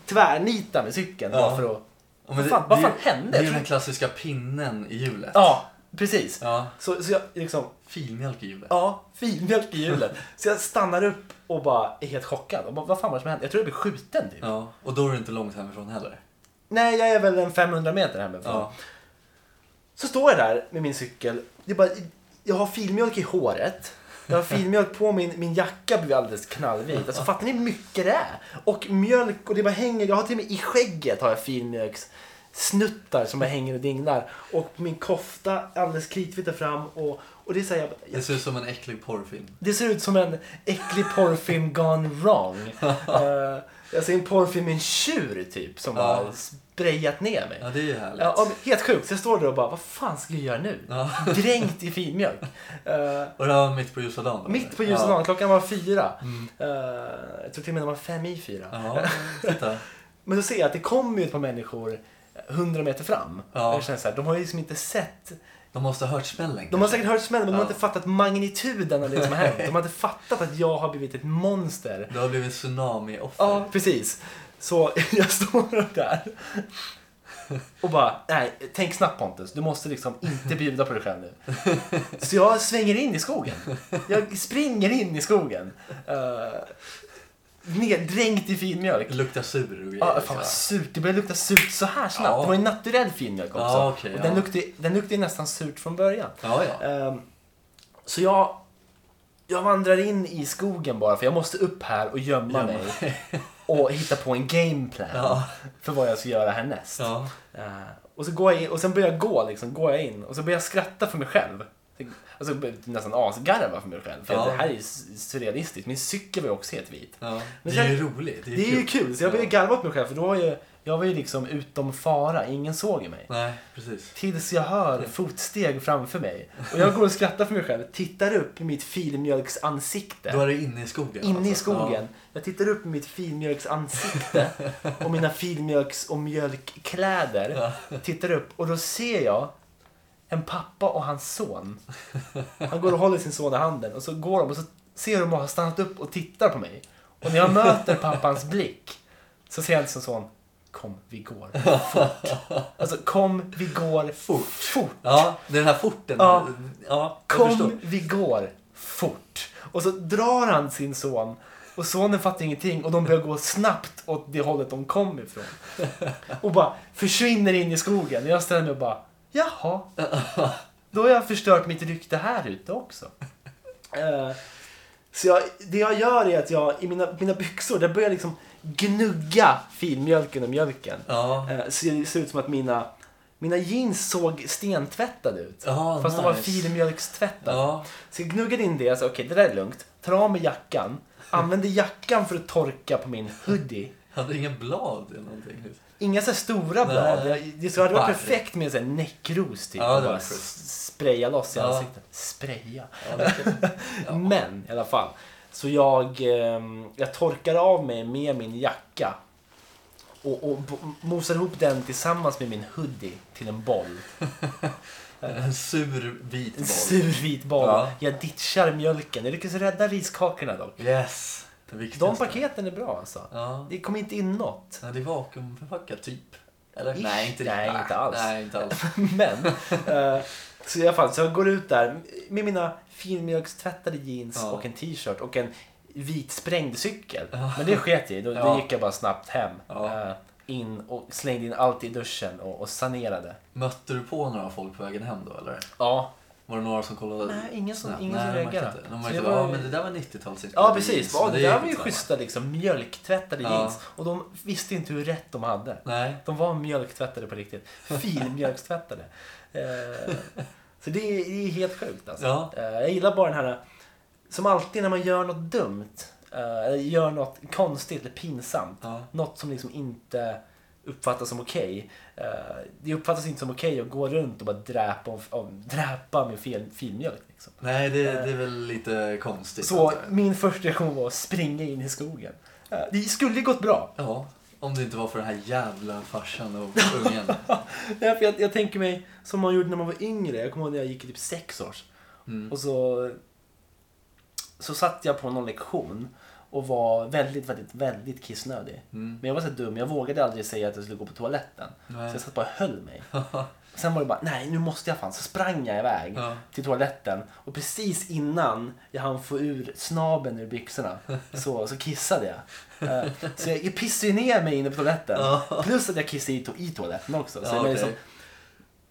S2: tvärnitar med cykeln bara
S1: Ja.
S2: för att...
S1: Ja, men det-
S2: Fan, vad
S1: det är-
S2: fan hände?
S1: Det är
S2: Jag
S1: ju
S2: tror-
S1: den klassiska pinnen i hjulet.
S2: Ja, precis.
S1: Ja.
S2: Så, så jag liksom
S1: Filmjölk i hjulet.
S2: Ja, filmjölk i hjulet. Så jag stannar upp och bara är helt chockad. Och bara, vad fan var det som hände? Jag tror jag blev skjuten typ.
S1: Ja. Och då är du inte långt hemifrån heller.
S2: Nej, jag är väl en 500 meter hemifrån.
S1: Ja.
S2: Så står jag där med min cykel. Det är bara, jag har filmjölk i håret. Jag har filmjölk på min, min jacka blev alldeles knallvit. Alltså fattar ni hur mycket det är? Och mjölk och det bara hänger. Jag har till och med i skägget har jag filmjölks snuttar som bara hänger och dinglar. Och min kofta alldeles kritvit där fram. Och, och det är så här, jag, jag
S1: Det ser ut som en äcklig porrfilm.
S2: Det ser ut som en äcklig porrfilm gone wrong. Eh, jag ser en porrfilm med en tjur typ som
S1: Ja.
S2: har sprayat ner mig.
S1: Ja, det är ju härligt.
S2: Ja, men helt sjukt. Så jag står där och bara, vad fan ska jag göra nu?
S1: Ja.
S2: Dränkt i filmjölk. Eh,
S1: Och det här var mitt på ljusa dagen? då,
S2: mitt
S1: eller?
S2: på ljusa
S1: ja. Mm.
S2: dagen, klockan var fyra. Eh, jag tror till och med det var fem i fyra.
S1: Ja, titta.
S2: Men då ser jag att det kommer ju ett par människor hundra meter fram.
S1: Ja.
S2: Jag känner så här, de har ju liksom inte sett
S1: De måste ha hört smällen.
S2: De har säkert hört smällen men de har
S1: Ja.
S2: inte fattat magnituden av det som har hänt. De har inte fattat att jag har blivit ett monster.
S1: Du har blivit tsunami-offer.
S2: Ja, precis. Så jag står där och bara, nej, tänk snabbt Pontus. Du måste liksom inte bjuda på dig själv nu. Så jag svänger in i skogen. Jag springer in i skogen. Uh, neddränkt i filmjölk.
S1: Det luktar sur och
S2: Ja,
S1: grejer.
S2: fan vad surt. Det började lukta surt så här snabbt.
S1: Ja.
S2: Det var ju naturell filmjölk också.
S1: Ja, okej,
S2: och den,
S1: ja.
S2: luktade, den luktade ju nästan surt från början.
S1: ja, ja.
S2: Ehm, Så jag, jag vandrar in i skogen bara för jag måste upp här och gömma,
S1: Gömma
S2: mig. Och hitta på en gameplan
S1: Ja.
S2: för vad jag ska göra härnäst.
S1: ja.
S2: Eh, och, så går jag in, och sen börjar jag gå liksom, går jag in och så börjar jag skratta för mig själv. Alltså jag börjar nästan asgarva för mig själv. För
S1: Ja.
S2: det här är ju surrealistiskt. Min cykel var ju också helt vit.
S1: ja.
S2: Men
S1: Det är
S2: sen-
S1: ju roligt.
S2: Det är ju kul, så jag började
S1: Ja.
S2: garva åt mig själv för då var ju, jag var ju liksom utom fara, ingen såg ju mig.
S1: Nej, precis.
S2: Tills jag hör fotsteg framför mig. Och jag går och skrattar för mig själv. Tittar upp i mitt filmjölksansikte.
S1: Då är du inne i skogen.
S2: Inne i
S1: alltså.
S2: skogen. Jag tittar upp i mitt filmjölksansikte. Och mina filmjölks och mjölkkläder. Tittar upp och då ser jag en pappa och hans son. Han går och håller sin son i handen. Och så går de och så ser de och har stannat upp och tittar på mig. Och när jag möter pappans blick. Så säger han till sin son. Kom, vi går fort. Alltså kom, vi går fort. fort.
S1: Ja, det är den här forten.
S2: Ja.
S1: ja jag förstår.
S2: Kom, vi går fort. Och så drar han sin son. Och sonen fattar ingenting och de börjar gå snabbt åt det hållet de kom ifrån. Och bara försvinner in i skogen. Och jag ställer mig och bara, jaha. Då har jag förstört mitt rykte här ute också. Eh, Så jag, det jag gör är att jag i mina, mina byxor, där börjar jag liksom gnugga filmjölken och mjölken.
S1: Ja.
S2: Eh, Så det ser ut som att mina, mina jeans såg stentvättade ut.
S1: Ja,
S2: fast de var
S1: nice.
S2: filmjölkstvättade.
S1: Ja.
S2: Så jag gnuggade in det, så okej det där är lugnt. Tar av mig jackan, använder jackan för att torka på min hoodie.
S1: Hade inga blad eller någonting?
S2: Inga så här stora blad.
S1: Nej.
S2: Jag- Det skulle hade varit
S1: Nej.
S2: perfekt med en sån här näckros typ.
S1: Ja, det
S2: och bara
S1: var schysst.
S2: s- spraya loss i
S1: Ja.
S2: ansiktet. Spraya.
S1: Ja, det-
S2: Men i alla fall. Så jag, ehm, jag torkar av mig med min jacka. Och, och b- mosar ihop den tillsammans med min hoodie till en boll.
S1: en sur vit
S2: En
S1: boll.
S2: sur vit boll.
S1: Ja.
S2: Jag ditchar mjölken. Jag lyckas rädda riskakorna dock.
S1: Yes. Det viktigaste.
S2: De paketen är bra alltså.
S1: Ja.
S2: Det kom inte in något.
S1: Ja, det är vakuumförpackat typ. Eller?
S2: Ish.
S1: Nej, inte
S2: Nej,
S1: riktigt.
S2: inte alls.
S1: Nej, inte alls.
S2: Men. eh, så i alla fall, så jag går ut där med mina filmjölkstvättade jeans
S1: Ja.
S2: och en t-shirt och en vit sprängd cykel. Men det sket jag i. Då, då
S1: Ja.
S2: gick jag bara snabbt hem.
S1: Ja.
S2: eh, in och slängde in allt i duschen och, och sanerade.
S1: Mötte du på några folk på vägen hem då eller?
S2: Ja.
S1: Var det några som kollade?
S2: Nej, ingen som-
S1: snabbt?
S2: ingen
S1: Nej,
S2: som
S1: de märkte
S2: reagerade.
S1: inte. De
S2: Så
S1: märkte
S2: det
S1: bara,
S2: var
S1: ja
S2: ju-
S1: men det där var 90-talsinspirerat.
S2: Ja, precis. Ja,
S1: Men
S2: det
S1: gick
S2: där var ju
S1: inte så
S2: schyssta liksom, mjölktvättade
S1: Ja.
S2: jeans. Och de visste inte hur rätt de hade.
S1: bra. Nej.
S2: De var mjölktvättade på riktigt. Finmjölktvättade. Eh, så det är, det är helt sjukt alltså.
S1: Ja.
S2: Eh, jag gillar bara den här, som alltid när man gör något dumt, eh, eller gör något konstigt eller pinsamt.
S1: Ja.
S2: Något som liksom inte uppfattas som okej. Eh, det uppfattas inte som okej att gå runt och bara dräpa, om, om, dräpa med fel, filmjölk. Liksom.
S1: Nej, det, det är väl lite konstigt.
S2: Så
S1: antar jag.
S2: min första reaktion var att springa in i skogen. Eh, det skulle ju gått bra.
S1: Ja, om det inte var för den här jävla farsan och ungen.
S2: Nej, för jag, jag tänker mig som man gjorde när man var yngre. Jag kommer ihåg när jag gick i typ sex års. Och så, så satt jag på någon lektion och var väldigt, väldigt, väldigt kissnödig. Men jag var så dum, jag vågade aldrig säga att jag skulle gå på toaletten.
S1: Nej.
S2: Så jag satt bara och höll mig. Sen var det bara, nej nu måste jag fan. Så sprang jag iväg
S1: Ja.
S2: till toaletten. Och precis innan jag hann få ur snabeln ur byxorna så, så kissade jag. Eh, Så jag, jag pissade ju ner mig inne på toaletten. Plus att jag kissade i, to- i toaletten också. Så
S1: Ja,
S2: jag,
S1: okej.
S2: liksom,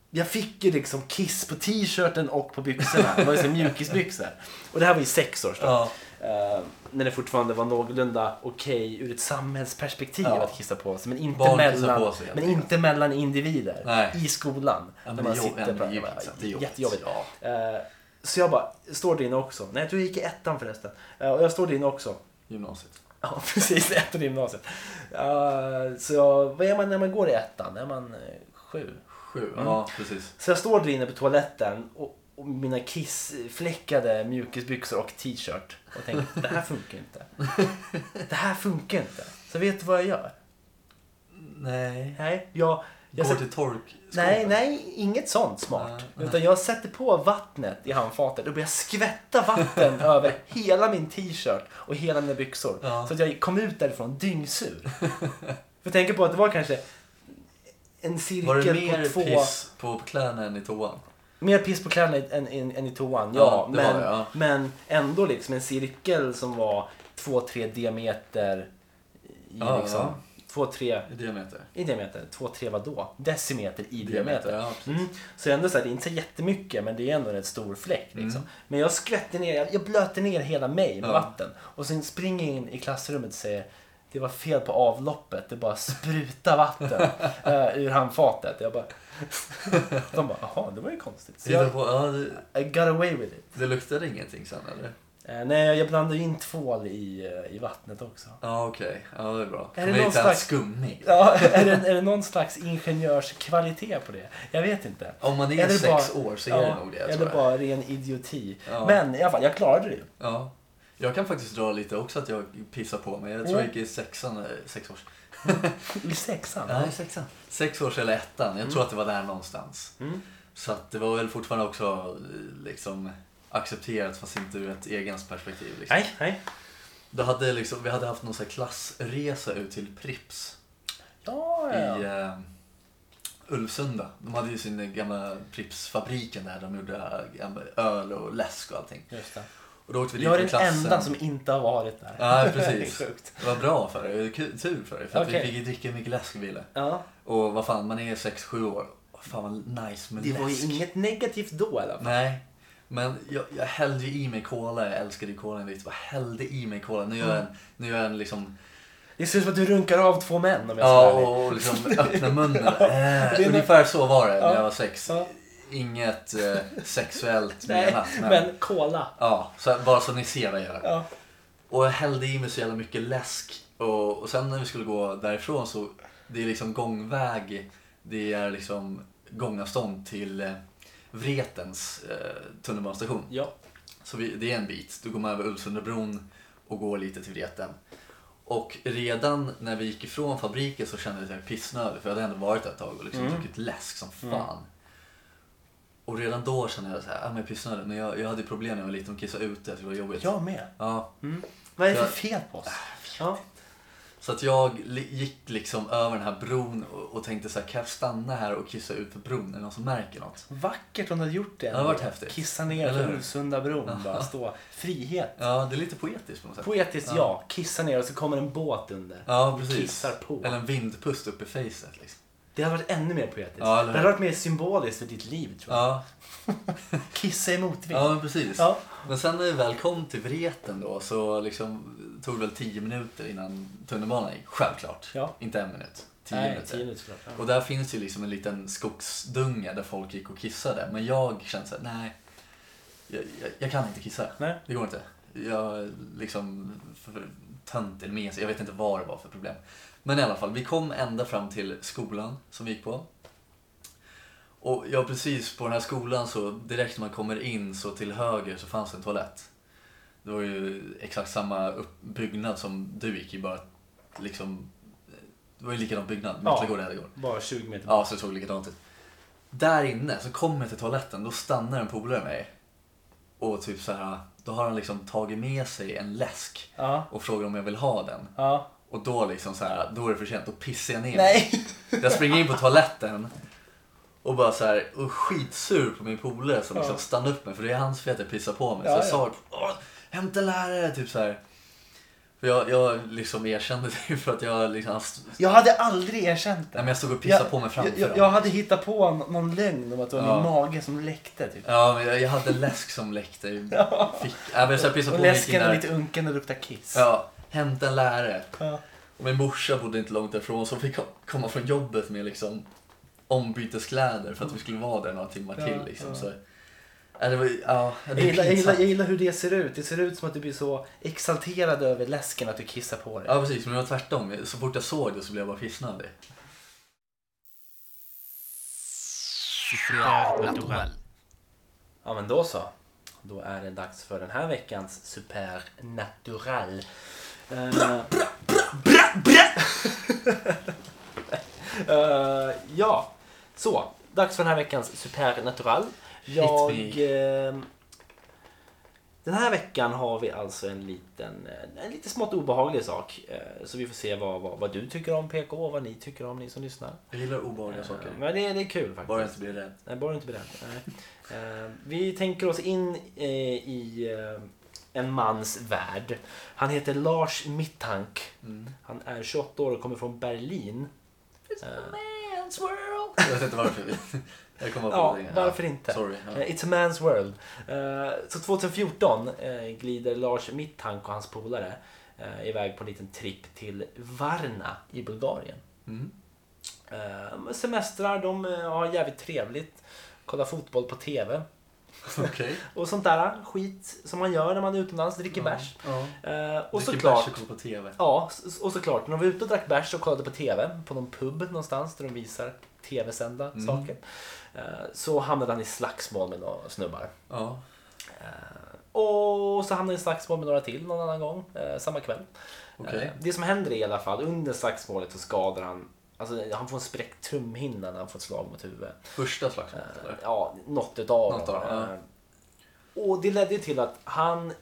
S2: jag fick ju liksom kiss på t-shirten och på byxorna. Det var ju så mjukisbyxor. Och det här var ju sex års då.
S1: Ja.
S2: Eh, när det fortfarande var någorlunda okej ur ett samhällsperspektiv
S1: Ja.
S2: att kissa på sig. Men inte,
S1: Barn kissar
S2: mellan,
S1: på sig,
S2: men
S1: helt
S2: inte mellan individer.
S1: Nej.
S2: I skolan.
S1: men
S2: när man
S1: det är jobb-
S2: sitter
S1: det är
S2: på
S1: ju pinsamt, det är jobbigt.
S2: Jättejobbigt. Eh, så jag bara, står det inne också? Nej, jag tror jag gick i ettan förresten. Eh, och jag står det inne också.
S1: Gymnasiet.
S2: Ja, precis. Ettan i gymnasiet. Eh, så jag, vad är man när man går i ettan? Är man eh, sju?
S1: Sju,
S2: Mm.
S1: ja precis.
S2: Så jag står där inne på toaletten och, och mina kissfläckade mjukisbyxor och t-shirt och tänker det här funkar inte. Det här funkar inte. Så vet du vad jag gör?
S1: Nej.
S2: Nej, jag... jag
S1: Går
S2: sätter-
S1: till torkskåpet.
S2: nej, nej, inget sånt smart. Utan jag sätter på vattnet i handfatet och börjar skvätta vatten över hela min t-shirt och hela mina byxor.
S1: Ja.
S2: Så att jag kom ut därifrån dyngsur. För tänk på att det var kanske en cirkel
S1: Var det mer
S2: på två...
S1: piss på kläderna än i toan?
S2: Mer piss på kläderna än, än, än i toan, ja.
S1: Ja, det var
S2: men,
S1: det, ja.
S2: men ändå liksom en cirkel som var 2-3 diameter. I,
S1: Ja,
S2: liksom,
S1: ja.
S2: 2-3
S1: I diameter?
S2: i diameter, 2-3 vadå? Decimeter i diameter.
S1: ja.
S2: Mm. Så ändå så här, det är inte så jättemycket men det är ändå en rätt stor fläck. Liksom. Men jag skvätter ner, jag, jag blöter ner hela mig med
S1: Mm. Ja.
S2: vatten. Och sen springer jag in i klassrummet och säger det var fel på avloppet, det bara spruta vatten eh, ur handfatet. Jag bara... De bara, jaha, det var ju konstigt. Så
S1: Hitta
S2: jag,
S1: På, ja det,
S2: I got away with it.
S1: det luktade ingenting sen eller?
S2: Eh, nej, jag blandade ju in tvål i, eh, i vattnet också.
S1: Ja okej, ja det är bra.
S2: Är
S1: Är
S2: det
S1: det
S2: någon
S1: hittade
S2: slags-
S1: en skummig.
S2: Ja, är, det, är det någon slags ingenjörskvalitet på det? Jag vet inte.
S1: Om man är
S2: Eller
S1: sex
S2: bara-
S1: år så är
S2: ja,
S1: det nog det tror
S2: Eller
S1: jag.
S2: bara ren idioti.
S1: Ja.
S2: Men i alla fall, jag klarade det ju.
S1: Ja. Jag kan faktiskt dra lite också att jag pissar på mig. Jag tror
S2: Mm.
S1: jag gick i sexan, eh, sex års.
S2: I sexan?
S1: Nej, sexan. Sex års eller ettan. Jag
S2: Mm.
S1: tror att det var där någonstans. Så att det var väl fortfarande också eh, liksom accepterat fast inte ur ett egans perspektiv. Liksom.
S2: Nej, nej.
S1: Det hade liksom, vi hade haft någon sån här klassresa ut till Prips
S2: Ja, ja.
S1: i eh, Ulvsunda. De hade ju sin gamla Pripsfabriken där de gjorde eh, öl och läsk och allting.
S2: Just det.
S1: Och då åkte vi dit
S2: Jag är
S1: med
S2: den
S1: klassen.
S2: enda som inte har varit där.
S1: Ja,
S2: Det
S1: precis.
S2: är sjukt.
S1: Det var bra för dig. Det var kul- Tur för dig. För att
S2: Okej.
S1: vi fick ju dricka hur mycket läsk vi ville.
S2: Ja.
S1: Och vad fan, man är 6-7 år. Vad Fan vad nice med
S2: Det
S1: läsk.
S2: var ju inget negativt då i alla fall.
S1: Nej. Men jag, jag hällde ju i mig cola. Jag älskade ju cola lite. Jag hällde i mig cola. Nu är jag
S2: Mm.
S1: en, nu är jag en liksom...
S2: Det ser ut som att du runkar av två män om jag ska
S1: Ja,
S2: vara ärlig.
S1: och, och liksom öppna munnen. Äh,
S2: är nog-
S1: ungefär så var det när jag var sex.
S2: Ja.
S1: Inget eh, sexuellt
S2: Nej,
S1: menat. Men,
S2: men kola.
S1: Ja, så, bara så ni ser vad jag gör.
S2: Ja.
S1: Och jag hällde i mig så jävla mycket läsk. Och, och sen när vi skulle gå därifrån så det är liksom gångväg. Det är liksom gångavstånd till eh, Vretens eh, tunnelbanestation.
S2: Ja.
S1: Så vi, det är en bit. Då går man över Ulvsundabron och går lite till Vreten. Och redan när vi gick ifrån fabriken så kände jag mig pissnödig för jag hade ändå varit där ett tag och liksom
S2: Mm.
S1: druckit läsk som fan. Och redan då kände jag så här, ah, men jag är pissnödig. Men jag, jag hade problem när jag var liten och kissade ute, så det var jobbigt.
S2: Jag med.
S1: Ja. Ah,
S2: Vad är det för
S1: Jag-
S2: fel på oss? Ja.
S1: Så att jag li- gick liksom över den här bron och, och tänkte så här, kan jag stanna här och kissa ut för bron? Är det någon som märker något?
S2: Vackert om du hade gjort det.
S1: Det hade varit häftigt.
S2: Kissa ner
S1: Eller
S2: för
S1: hur?
S2: Ulvsundabron. Bara stå. Frihet.
S1: Ja, det är lite poetiskt på något sätt.
S2: Poetiskt ja. Kissa ner och så kommer en båt under.
S1: ja,
S2: Och
S1: precis.
S2: Kissar på.
S1: Eller en vindpust upp i facet liksom.
S2: Det hade varit ännu mer poetiskt.
S1: Ja, eller
S2: det
S1: hur?
S2: hade varit mer symboliskt för ditt liv tror jag.
S1: Ja,
S2: Kissa i motvind.
S1: ja men precis.
S2: Ja.
S1: Men sen när vi väl kom till Vreten då så liksom, tog det väl tio minuter innan tunnelbanan gick. Självklart.
S2: Ja.
S1: Inte en minut. Tio
S2: Nej,
S1: minuter.
S2: tio minuter såklart. Ja.
S1: Och där finns ju liksom en liten skogsdunge där folk gick och kissade. Men jag kände såhär, nej. Jag, jag, jag kan inte kissa.
S2: Nej.
S1: Det går inte. Jag liksom, för, för, tönt eller mesig. Jag vet inte vad det var för problem. Men i alla fall, vi kom ända fram till skolan som vi gick på. Och ja, precis på den här skolan så direkt när man kommer in så till höger så fanns det en toalett. Det var ju exakt samma uppbyggnad som du gick i, bara liksom... Det var ju likadan byggnad,
S2: Ja.
S1: Mäklargård och Hedegård.
S2: Bara 20 meter
S1: Ja, så det såg likadant ut. Där inne, så kommer jag till toaletten, då stannar en polare mig. Och typ så här, då har han liksom tagit med sig en läsk
S2: Ja.
S1: och frågar om jag vill ha den.
S2: Ja.
S1: Och då liksom så här, då är det för sent, då pissar jag ner
S2: Nej.
S1: mig. Jag springer in på toaletten och bara så här, och skitsur på min polare som liksom
S2: Ja.
S1: stannar upp mig för det är hans fel att jag pissar på mig.
S2: Ja,
S1: så jag
S2: ja.
S1: sa, "Åh, hämta lärare, typ så här. För jag, jag liksom erkände det för att jag liksom, nej
S5: Jag hade aldrig erkänt det.
S1: men jag stod och pissade
S5: Jag-
S1: på mig framför
S5: jag, jag, jag hade hittat på n- någon lögn om att det var min
S1: Ja.
S5: mage som läckte. Typ.
S1: Ja, men jag, jag hade läsk som läckte ur min fick. Ja, men så jag pissade
S5: Och
S1: på mig
S5: läsken är
S1: killar.
S5: lite unken och luktar kiss.
S1: Ja, hämta en lärare.
S5: Ja.
S1: Och min morsa bodde inte långt därifrån så fick jag komma från jobbet med liksom ombyteskläder för att vi skulle vara där några timmar
S5: Ja,
S1: till. Liksom.
S5: ja.
S1: Så, ja, det var, ju- ja, det är
S5: Jag gillar, jag, gillar,
S1: pinsamt.
S5: jag gillar hur det ser ut. Det ser ut som att du blir så exalterad över läsken att du kissar på dig.
S1: Ja, precis. Men det var tvärtom. Så fort jag såg det så blev jag bara pissnödig.
S2: Ja men då så. Då är det dags för den här veckans supernatural. Eh, eh, ja, så. Dags för den här veckans supernatural. Jag... eh, den här veckan har vi alltså en liten, eh, en lite smått obehaglig sak. Eh, Så vi får se vad, vad, vad du tycker om PK och vad ni tycker om, ni som lyssnar.
S1: Jag gillar obehagliga saker.
S2: Eh, Men det, det är kul faktiskt.
S1: Bara jag inte blir rädd.
S2: Nej, bara du inte beredd. Nej. Eh, vi tänker oss in eh, i eh, en mans värld. Han heter Lars Mittank.
S1: Mm.
S2: Han är 28 år och kommer från Berlin. Eh,
S1: Jag vet inte varför. Jag kommer
S2: Ja,
S1: på det.
S2: varför inte?
S1: Sorry.
S2: Eh,
S1: Ja.
S2: It's a man's world. Eh, Så 2014 eh, glider Lars Mittank och hans polare eh, iväg på en liten tripp till Varna i Bulgarien.
S1: Mm.
S2: Eh, Semestrar, de eh, har jävligt trevligt. Kollar fotboll på TV.
S1: Okej.
S2: Och sånt där skit som man gör när man är utomlands, dricker bärs.
S1: Ja.
S2: Eh, och
S1: Dricker
S2: såklart...
S1: bärs och kollar på TV.
S2: Ja, s- och såklart. När de var ute och drack bärs och kollade på TV, på någon pub någonstans där de visar TV-sända
S1: Mm.
S2: saker. Eh, så hamnade han i slagsmål med några snubbar.
S1: Ja.
S2: Och så hamnade han i slagsmål med några till någon annan gång, eh, samma kväll.
S1: Okej.
S2: Eh, det som händer är i alla fall, under slagsmålet så skadar han, alltså han får en spräckt trumhinna när han får ett slag mot huvudet.
S1: Första slagsmålet eller?
S2: Ja, något utav
S1: Något av dem,
S2: Och det ledde ju till att han,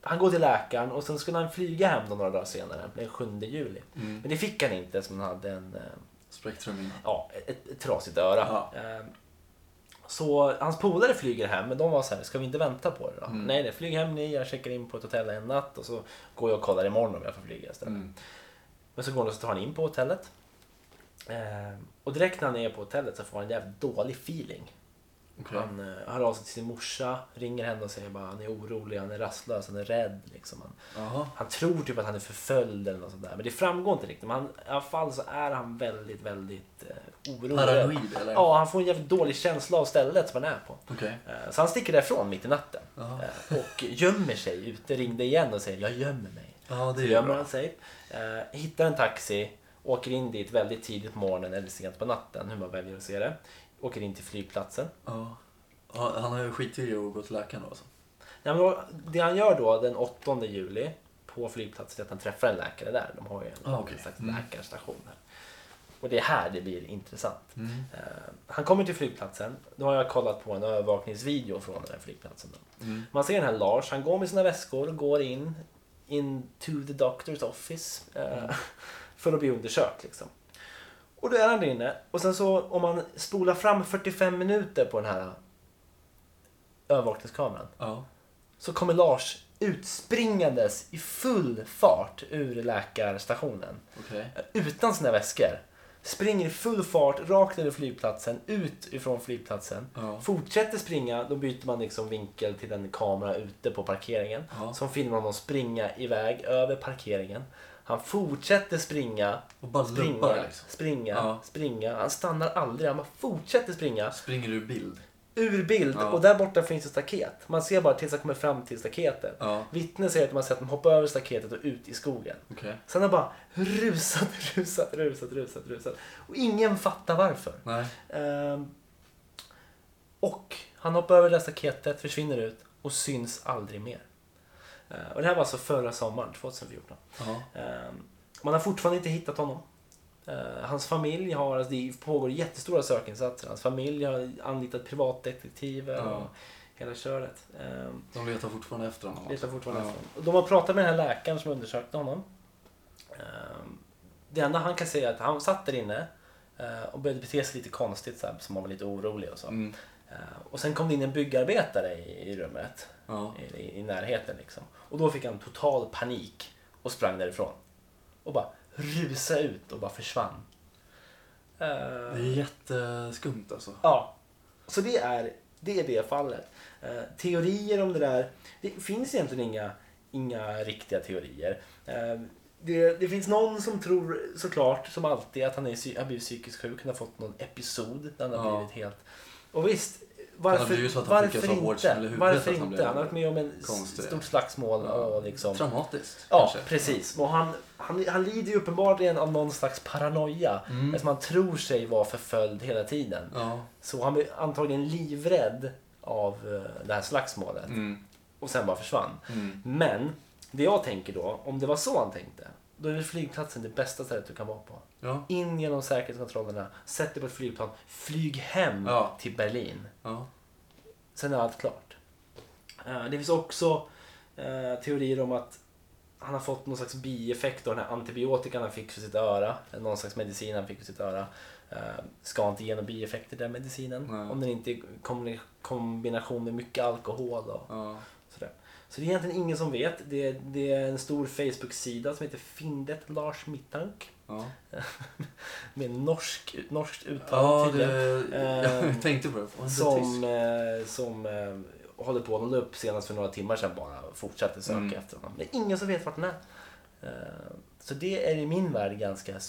S2: han går till läkaren och sen skulle han flyga hem då några dagar senare, den 7 juli.
S1: Mm.
S2: Men det fick han inte som han hade en, eh,
S1: Spräckt trumhinna.
S2: ja, ett, ett trasigt öra.
S1: Ja.
S2: Eh, Så hans polare flyger hem, men de var så här, ska vi inte vänta på det då?
S1: Mm.
S2: Nej, nej, flyg hem ni, jag checkar in på ett hotell en natt och så går jag och kollar imorgon om jag får flyga istället.
S1: Mm.
S2: Men så går han och så tar han in på hotellet. Eh, Och direkt när han är på hotellet så får han en jävligt dålig feeling.
S1: Okej.
S2: Han eh, hör av sig till sin morsa, ringer henne och säger bara han är orolig, han är rastlös, han är rädd. Liksom. Han,
S1: Jaha.
S2: han tror typ att han är förföljd eller något sånt där. Men det framgår inte riktigt. Men han, i alla fall så är han väldigt, väldigt eh, orolig.
S1: Paranoid eller?
S2: Ja, han får en jävligt dålig känsla av stället som han är på.
S1: Okej.
S2: Eh, Så han sticker därifrån mitt i natten.
S1: Ja.
S2: Eh, Och gömmer sig ute, ringde igen och säger jag gömmer mig.
S1: Ja, det är
S2: Så
S1: ju
S2: gömmer
S1: bra.
S2: han sig, eh, hittar en taxi, åker in dit väldigt tidigt på morgonen eller sent på natten, hur man väljer att se det. Åker in till flygplatsen.
S1: Ja. Ja, Han har ju skitit i att gå till läkaren då alltså.
S2: Nej, men då- det han gör då den 8 juli på flygplatsen är att han träffar en läkare där. De har ju en,
S1: Ah, okej.
S2: en slags
S1: Mm.
S2: läkarstation här. Och det är här det blir intressant.
S1: Mm.
S2: Eh, han kommer till flygplatsen. Då har jag kollat på en övervakningsvideo från den här flygplatsen. Då.
S1: Mm.
S2: Man ser den här Lars. Han går med sina väskor och går in into the doctor's office eh,
S1: Mm.
S2: för att bli undersökt. Liksom. Och då är han där inne. Och sen så om man spolar fram 45 minuter på den här övervakningskameran
S1: Ja.
S2: så kommer Lars utspringandes i full fart ur läkarstationen.
S1: Okej.
S2: Utan sina väskor. springer i full fart rakt över flygplatsen, ut ifrån flygplatsen.
S1: Ja.
S2: Fortsätter springa, då byter man liksom vinkel till en kamera ute på parkeringen.
S1: Ja.
S2: Som filmar honom springa iväg över parkeringen. Han fortsätter springa,
S1: Och bara
S2: springa,
S1: lubbar liksom.
S2: springa,
S1: Ja.
S2: springa. Han stannar aldrig, han bara fortsätter springa.
S1: Springer ur bild.
S2: Ur bild
S1: Ja.
S2: och där borta finns ett staket. Man ser bara tills han kommer fram till staketet.
S1: Ja.
S2: Vittnen säger att man ser att de hoppar över staketet och ut i skogen.
S1: Okej.
S2: Sen har bara rusat, rusat, rusat, rusat, rusat. Och ingen fattar varför.
S1: Nej.
S2: Ehm, och han hoppar över det där staketet, försvinner ut och syns aldrig mer. Ehm, och det här var alltså förra sommaren, 2014.
S1: Ja.
S2: Ehm, man har fortfarande inte hittat honom. Ehm, hans familj har, alltså det pågår jättestora sökinsatser. Hans familj har anlitat privatdetektiver och
S1: Ja.
S2: hela köret. Ehm,
S1: De letar fortfarande efter honom. alltså.
S2: Letar fortfarande
S1: Ja.
S2: efter honom. Och De har pratat med den här läkaren som undersökte honom. Ehm, Det enda han kan säga är att han satt där inne eh, och började bete sig lite konstigt, så här, som han var lite orolig och så.
S1: Mm.
S2: Eh, Och sen kom det in en byggarbetare i, i rummet,
S1: Ja.
S2: i- i, i närheten liksom. Och då fick han total panik och sprang därifrån. Och bara rusade ut och bara försvann. Ehm,
S1: Det är jätteskumt alltså.
S2: Ja. Så det är det, är det fallet. Eh, teorier om det där. Det finns egentligen inga, inga riktiga teorier. Eh, det, det finns någon som tror såklart, som alltid, att han är, psy- har blivit psykiskt sjuk. Han har fått någon episod där han har
S1: Ja.
S2: blivit helt... Och visst,
S1: har
S2: varför,
S1: blivit så att han fick en
S2: varför
S1: så hård smäll i
S2: inte?
S1: huvudet
S2: Varför
S1: att han
S2: inte?
S1: blev
S2: Han har varit med om en s-
S1: konstig.
S2: stort slagsmål och liksom...
S1: Traumatiskt
S2: Ja,
S1: kanske.
S2: precis. Och han, han, han lider ju uppenbarligen av någon slags paranoia.
S1: Mm.
S2: Eftersom han tror sig vara förföljd hela tiden.
S1: Ja.
S2: Så han blev antagligen livrädd av eh, det här slagsmålet
S1: Mm.
S2: och sen bara försvann.
S1: Mm.
S2: Men det jag tänker då, om det var så han tänkte, då är väl flygplatsen det bästa stället du kan vara på.
S1: Ja.
S2: In genom säkerhetskontrollerna, sätt dig på ett flygplan, flyg hem
S1: Ja.
S2: till Berlin.
S1: Ja.
S2: Sen är allt klart. Eh, Det finns också eh, teorier om att han har fått någon slags bieffekt av den här antibiotikan han fick för sitt öra. eller Någon slags medicin han fick för sitt öra. Eh, Ska inte ge några bieffekter den medicinen.
S1: Nej.
S2: Om den inte är i kombi- kombination med mycket alkohol och
S1: Ja.
S2: sådär. Så det är egentligen ingen som vet. Det är, det är en stor Facebook-sida som heter Findet Lars Mittank.
S1: Ja.
S2: Med norsk, norskt uttal
S1: Ja,
S2: tydligen.
S1: det,
S2: Ehm,
S1: jag tänkte på det. Var inte
S2: Som,
S1: tysk?
S2: eh, som eh, håller på, de la upp senast för några timmar sedan bara och fortsatte söka
S1: Mm.
S2: efter honom. Det är ingen som vet vart den är. Eh, så det är i min värld ganska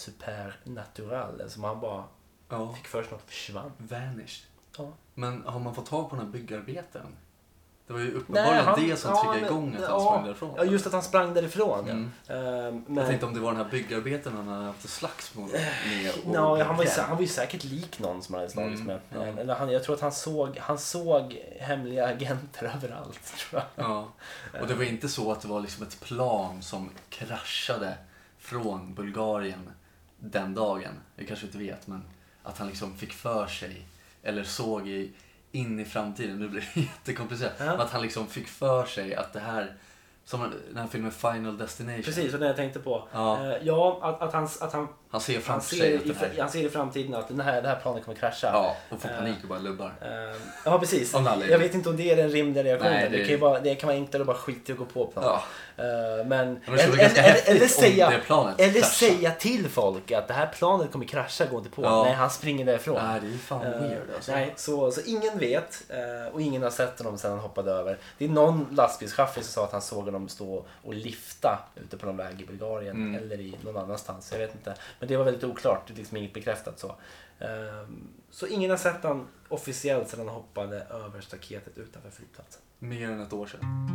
S2: supernatural. Som han bara
S1: Ja.
S2: fick för sig något och försvann.
S1: Vanished.
S2: Ja.
S1: Men har man fått tag på den här byggarbetaren? Det var ju
S2: Nej,
S1: uppenbarligen
S2: han-
S1: det som
S2: ja,
S1: triggade
S2: men-
S1: igång att han
S2: ja,
S1: sprang därifrån.
S2: Ja, just att han sprang därifrån. ja.
S1: Mm.
S2: Eh,
S1: Jag
S2: men,
S1: tänkte om det var den här byggarbetaren han hade haft ett slagsmål med. och-
S2: Nå, han, var ju, sä- han var ju säkert lik någon som han hade slagits
S1: Mm,
S2: med. Eh,
S1: ja.
S2: Eller han, jag tror att han såg, han såg hemliga agenter överallt. Tror jag.
S1: Ja. Och det var inte så att det var liksom ett plan som kraschade från Bulgarien den dagen. Jag kanske inte vet, men att han liksom fick för sig eller såg i, in i framtiden. Nu blir det jättekomplicerat.
S2: Ja.
S1: Men att han liksom fick för sig att det här, som den här filmen Final Destination.
S2: Precis, och det jag tänkte på.
S1: Ja.
S2: Eh, ja att, att, han, att han
S1: Han ser
S2: Han
S1: framför sig
S2: ser,
S1: att
S2: i,
S1: det här...
S2: han ser i framtiden att den här, det här planet kommer krascha.
S1: Ja, och får panik och bara lubbar.
S2: Eh, ja precis.
S1: Av alla
S2: Jag vet inte om det är den rimliga reaktionen.
S1: Nej,
S2: det...
S1: det-
S2: kan ju vara, det kan vara enklare att bara skita i och gå på planet.
S1: Ja.
S2: Eh, men,
S1: Men det skulle vara ganska häftigt om det planet
S2: eller
S1: kraschar.
S2: säga till folk att det här planet kommer krascha, gå inte på.
S1: Ja.
S2: Nej, han springer därifrån.
S1: Nej, det är ju fan
S2: Eh,
S1: weird alltså.
S2: Nej, så, så ingen vet eh, och ingen har sett honom sedan han hoppade över. Det är någon lastbilschaffis som sa att han såg honom stå och lifta ute på någon väg i Bulgarien
S1: Mm.
S2: eller i någon annanstans. Jag vet inte. Men det var väldigt oklart. Det är liksom inget bekräftat så. Ehm, så ingen har sett honom officiellt sedan han hoppade över staketet utanför flygplatsen.
S1: Mer än ett år sedan.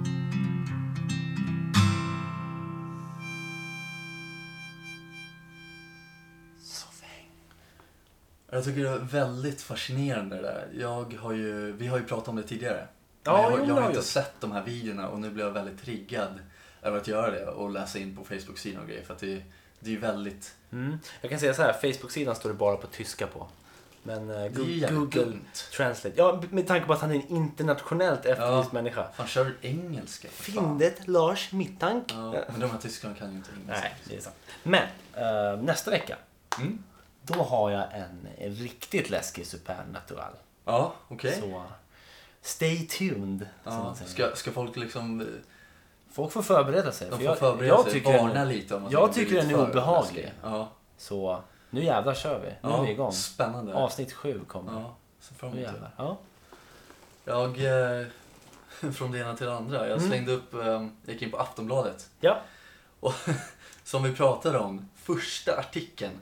S1: Jag tycker det är väldigt fascinerande det där. Jag har ju, vi har ju pratat om det tidigare.
S2: Ja,
S1: Men
S2: jo,
S1: jag, har-
S2: det
S1: jag
S2: har
S1: har
S2: vi
S1: inte
S2: gjort.
S1: sett de här videorna och nu blir jag väldigt triggad över att göra det och läsa in på Facebook-sidan och grejer. För att det, det är ju väldigt...
S2: Mm. Jag kan säga så här, Facebook-sidan står det bara på tyska på. Men eh,
S1: Det är ju
S2: Gu-
S1: jävligt
S2: Google
S1: dumt.
S2: Translate. Ja, med tanke på att han är en internationellt efterlyst människa.
S1: Fan, kör engelska för fan.
S2: Findet Lars Mittank.
S1: Ja, men de här tyskarna kan ju inte engelska.
S2: Nej, det är sant. Men eh, nästa vecka,
S1: Mm.
S2: då har jag en riktigt läskig supernatural.
S1: Ja, okej.
S2: Så stay tuned. som
S1: Ja,
S2: man säger.
S1: ska, ska folk liksom... eh,
S2: Folk får förbereda sig.
S1: De
S2: för
S1: får förbereda sig,
S2: den-
S1: varna lite om att
S2: jag
S1: det
S2: tycker
S1: blir
S2: den är
S1: för
S2: obehaglig.
S1: läskig. Ja.
S2: Så Nu jävlar kör vi. Nu
S1: Ja,
S2: är vi igång.
S1: Spännande.
S2: Avsnitt sju kommer.
S1: Ja, så fram
S2: Nu
S1: emot det.
S2: jävlar. Ja.
S1: Jag, eh, från det ena till det andra,
S2: Mm.
S1: jag slängde upp, eh, jag gick in på Aftonbladet.
S2: Ja.
S1: Och som vi pratade om, första artikeln.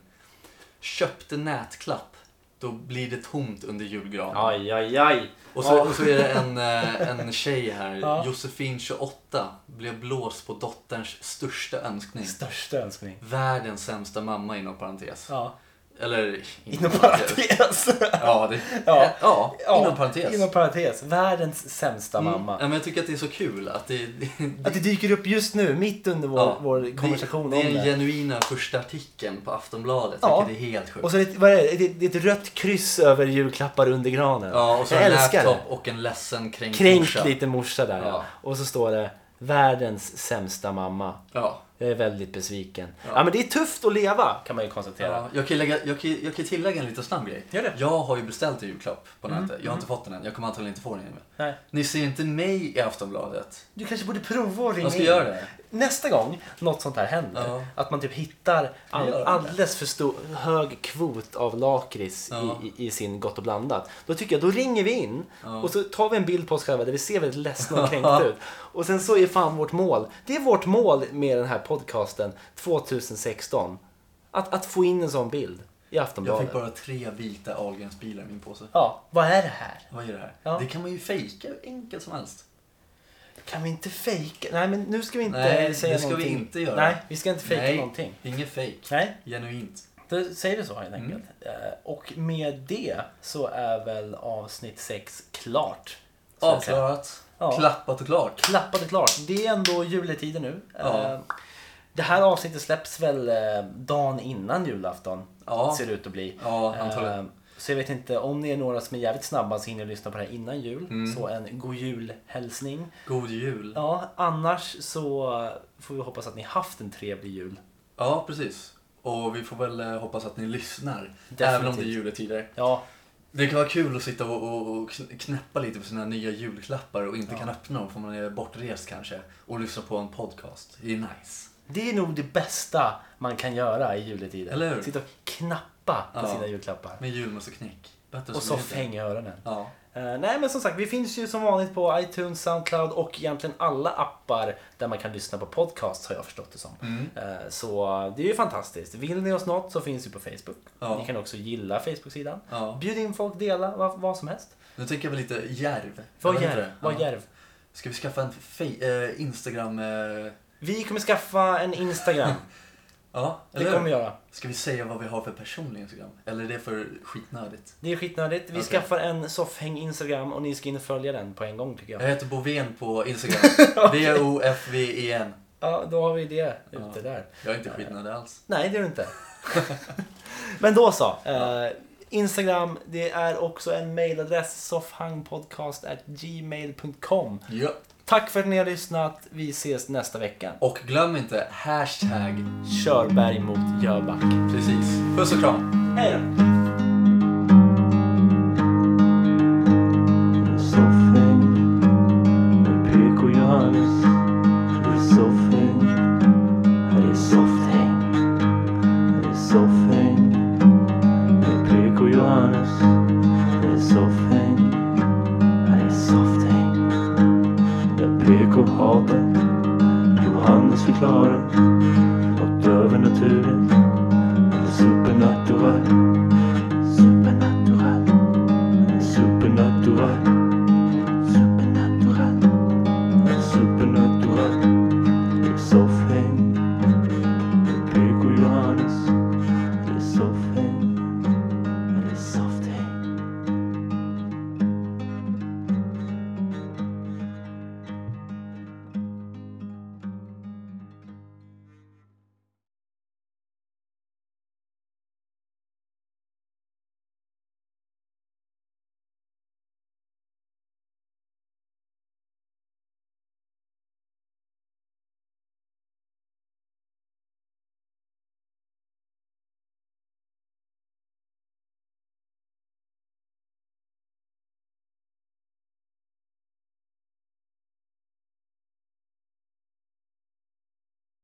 S1: Köpte nätklapp, då blir det tomt under julgranen.
S2: Aj, aj, aj.
S1: Och, så,
S2: Ja.
S1: och så är det en, eh, en tjej här,
S2: Ja.
S1: Josefin 28, blev blåst på dotterns största önskning.
S2: Största önskning.
S1: Världens sämsta mamma inom parentes.
S2: Ja.
S1: Eller
S5: Inom parentes.
S1: Ja, det,
S2: Ja.
S1: ja. ja, inom parentes. Mm.
S2: Inom parentes. Världens sämsta mamma.
S1: Ja, men jag tycker att det är så kul att det, det,
S5: Att det dyker upp just nu, mitt under vår,
S1: Ja,
S5: vår konversation
S1: det, det är
S5: om
S1: den
S5: det.
S1: genuina första artikeln på Aftonbladet.
S5: Ja.
S1: Ja. Det är helt sjukt.
S5: Och så är det, vad är det? Det, det är ett rött kryss över julklappar under granen.
S1: ja, och så
S5: jag
S1: en
S5: älskar
S1: laptop
S5: det.
S1: och en ledsen kränkt morsa.
S2: Kränkt liten morsa där. Ja.
S1: Ja.
S2: Och så står det Världens sämsta mamma.
S1: Ja.
S2: Jag är väldigt besviken. Ja,
S1: Ja.
S2: men det är tufft att leva kan man ju konstatera.
S1: Ja, jag, kan ju lägga, jag, kan, ju- jag kan ju tillägga en liten snabb grej.
S2: Gör det. Mm.
S1: Jag har ju beställt en julklapp på nätet. Jag har inte fått den än. Jag kommer antagligen inte få den än.
S2: Nej.
S1: Ni ser inte mig i Aftonbladet.
S2: Du kanske borde prova att ringa
S1: Jag ska
S2: in.
S1: göra det.
S2: Nästa gång något sånt här händer,
S1: Ja.
S2: att man typ hittar all,
S1: gör det.
S2: alldeles för stor, hög kvot av lakrits
S1: Ja.
S2: i, i, i sin Gott och blandat. Då tycker jag, då ringer vi in och så tar vi en bild på oss själva där vi ser väldigt ledsna och kränkta ut. Och sen så är fan vårt mål, det är vårt mål med den här podcasten 2016. Att, att få in en sån bild i
S1: Jag
S2: Aftonbladet.
S1: fick bara tre vita Ahlgrens bilar i min påse.
S2: Ja, vad är det här?
S1: Vad är det här?
S2: Ja.
S1: Det kan man ju fejka hur enkelt som helst.
S2: Kan vi inte fejka? Nej, men nu ska vi inte
S1: Nej,
S2: säga
S1: det ska vi
S2: någonting.
S1: inte göra.
S2: Nej, vi ska inte fejka
S1: Nej,
S2: någonting.
S1: Inget fejk.
S2: Nej.
S1: Genuint.
S2: Då säger vi så helt
S1: Mm.
S2: enkelt. Eh, Och med det så är väl avsnitt 6 klart. så att säga.
S1: Avklarat.
S2: Ja.
S1: Klappat och klart.
S2: Klappat och klart. Det är ändå juletider nu.
S1: Ja.
S2: Eh, Det här avsnittet släpps väl eh, dagen innan julafton.
S1: Ja.
S2: Ser det ut att bli.
S1: Ja, antagligen.
S2: Eh, Så jag vet inte om ni är några som är jävligt snabba så hinner lyssna på det här innan jul.
S1: Mm.
S2: Så en god julhälsning.
S1: God jul. Ja,
S2: Ja, annars så får vi hoppas att ni haft en trevlig jul.
S1: precis. Och vi får väl eh, hoppas att ni lyssnar. Även om det är
S2: Definitivt.
S1: juletider.
S2: Ja,
S1: Det kan vara kul att sitta och, och, och kn- knäppa lite på sina nya julklappar och inte kan öppna dem för man är bortrest kanske. Och lyssna på en podcast. Det är nice.
S2: Det är nog det bästa man kan göra i juletider.
S1: Eller hur?
S2: Sitta och knappa på
S1: Ja.
S2: sina julklappar.
S1: Med julmusiknick. Bättre
S2: Och så
S1: som ljudet.
S2: fäng i öronen.
S1: Ja.
S2: Eh, nej men som sagt, vi finns ju som vanligt på iTunes, Soundcloud och egentligen alla appar där man kan lyssna på podcasts har jag förstått det som.
S1: Mm.
S2: Eh, så det är ju fantastiskt. Vill ni oss något så finns vi på Facebook.
S1: Ja.
S2: Ni kan också gilla Facebook-sidan.
S1: Ja.
S2: Bjud in folk, dela vad, vad som helst.
S1: Nu tänker jag väl lite järv. Jag
S2: Var
S1: vet inte
S2: järv.
S1: det.
S2: Var
S1: Ja.
S2: järv.
S1: Ska vi skaffa en fej- eh, Instagram... Eh,
S2: Vi kommer skaffa en Instagram.
S1: ja,
S2: det kommer vi
S1: hur?
S2: göra.
S1: Ska vi säga vad vi har för personlig Instagram? Eller är det för skitnödigt?
S2: Det är skitnödigt. Vi
S1: Okej.
S2: skaffar en soffhäng Instagram och ni ska in och följa den på en gång tycker jag.
S1: Jag heter Bovén på Instagram. B-O-F-V-E-N.
S2: Ja, då har vi det ute där.
S1: Jag är inte skitnödig alls.
S2: Nej, det är du inte. Men då så. Eh, Instagram, det är också en mailadress. soffhangpodcast.gmail.com
S1: Ja.
S2: Tack för att ni har lyssnat. Vi ses nästa vecka.
S1: Och glöm inte hashtag
S2: Körberg mot Jöback.
S1: Precis. Puss och kram.
S2: Hej då!
S6: Soffhäng med PK Johannes. Det är soffhäng. Det är softhäng. Det är soffhäng med PK Johannes. Det är soffhäng. Det är softhäng. Där PK hatar. Johannes förklarar. Något övernaturligt.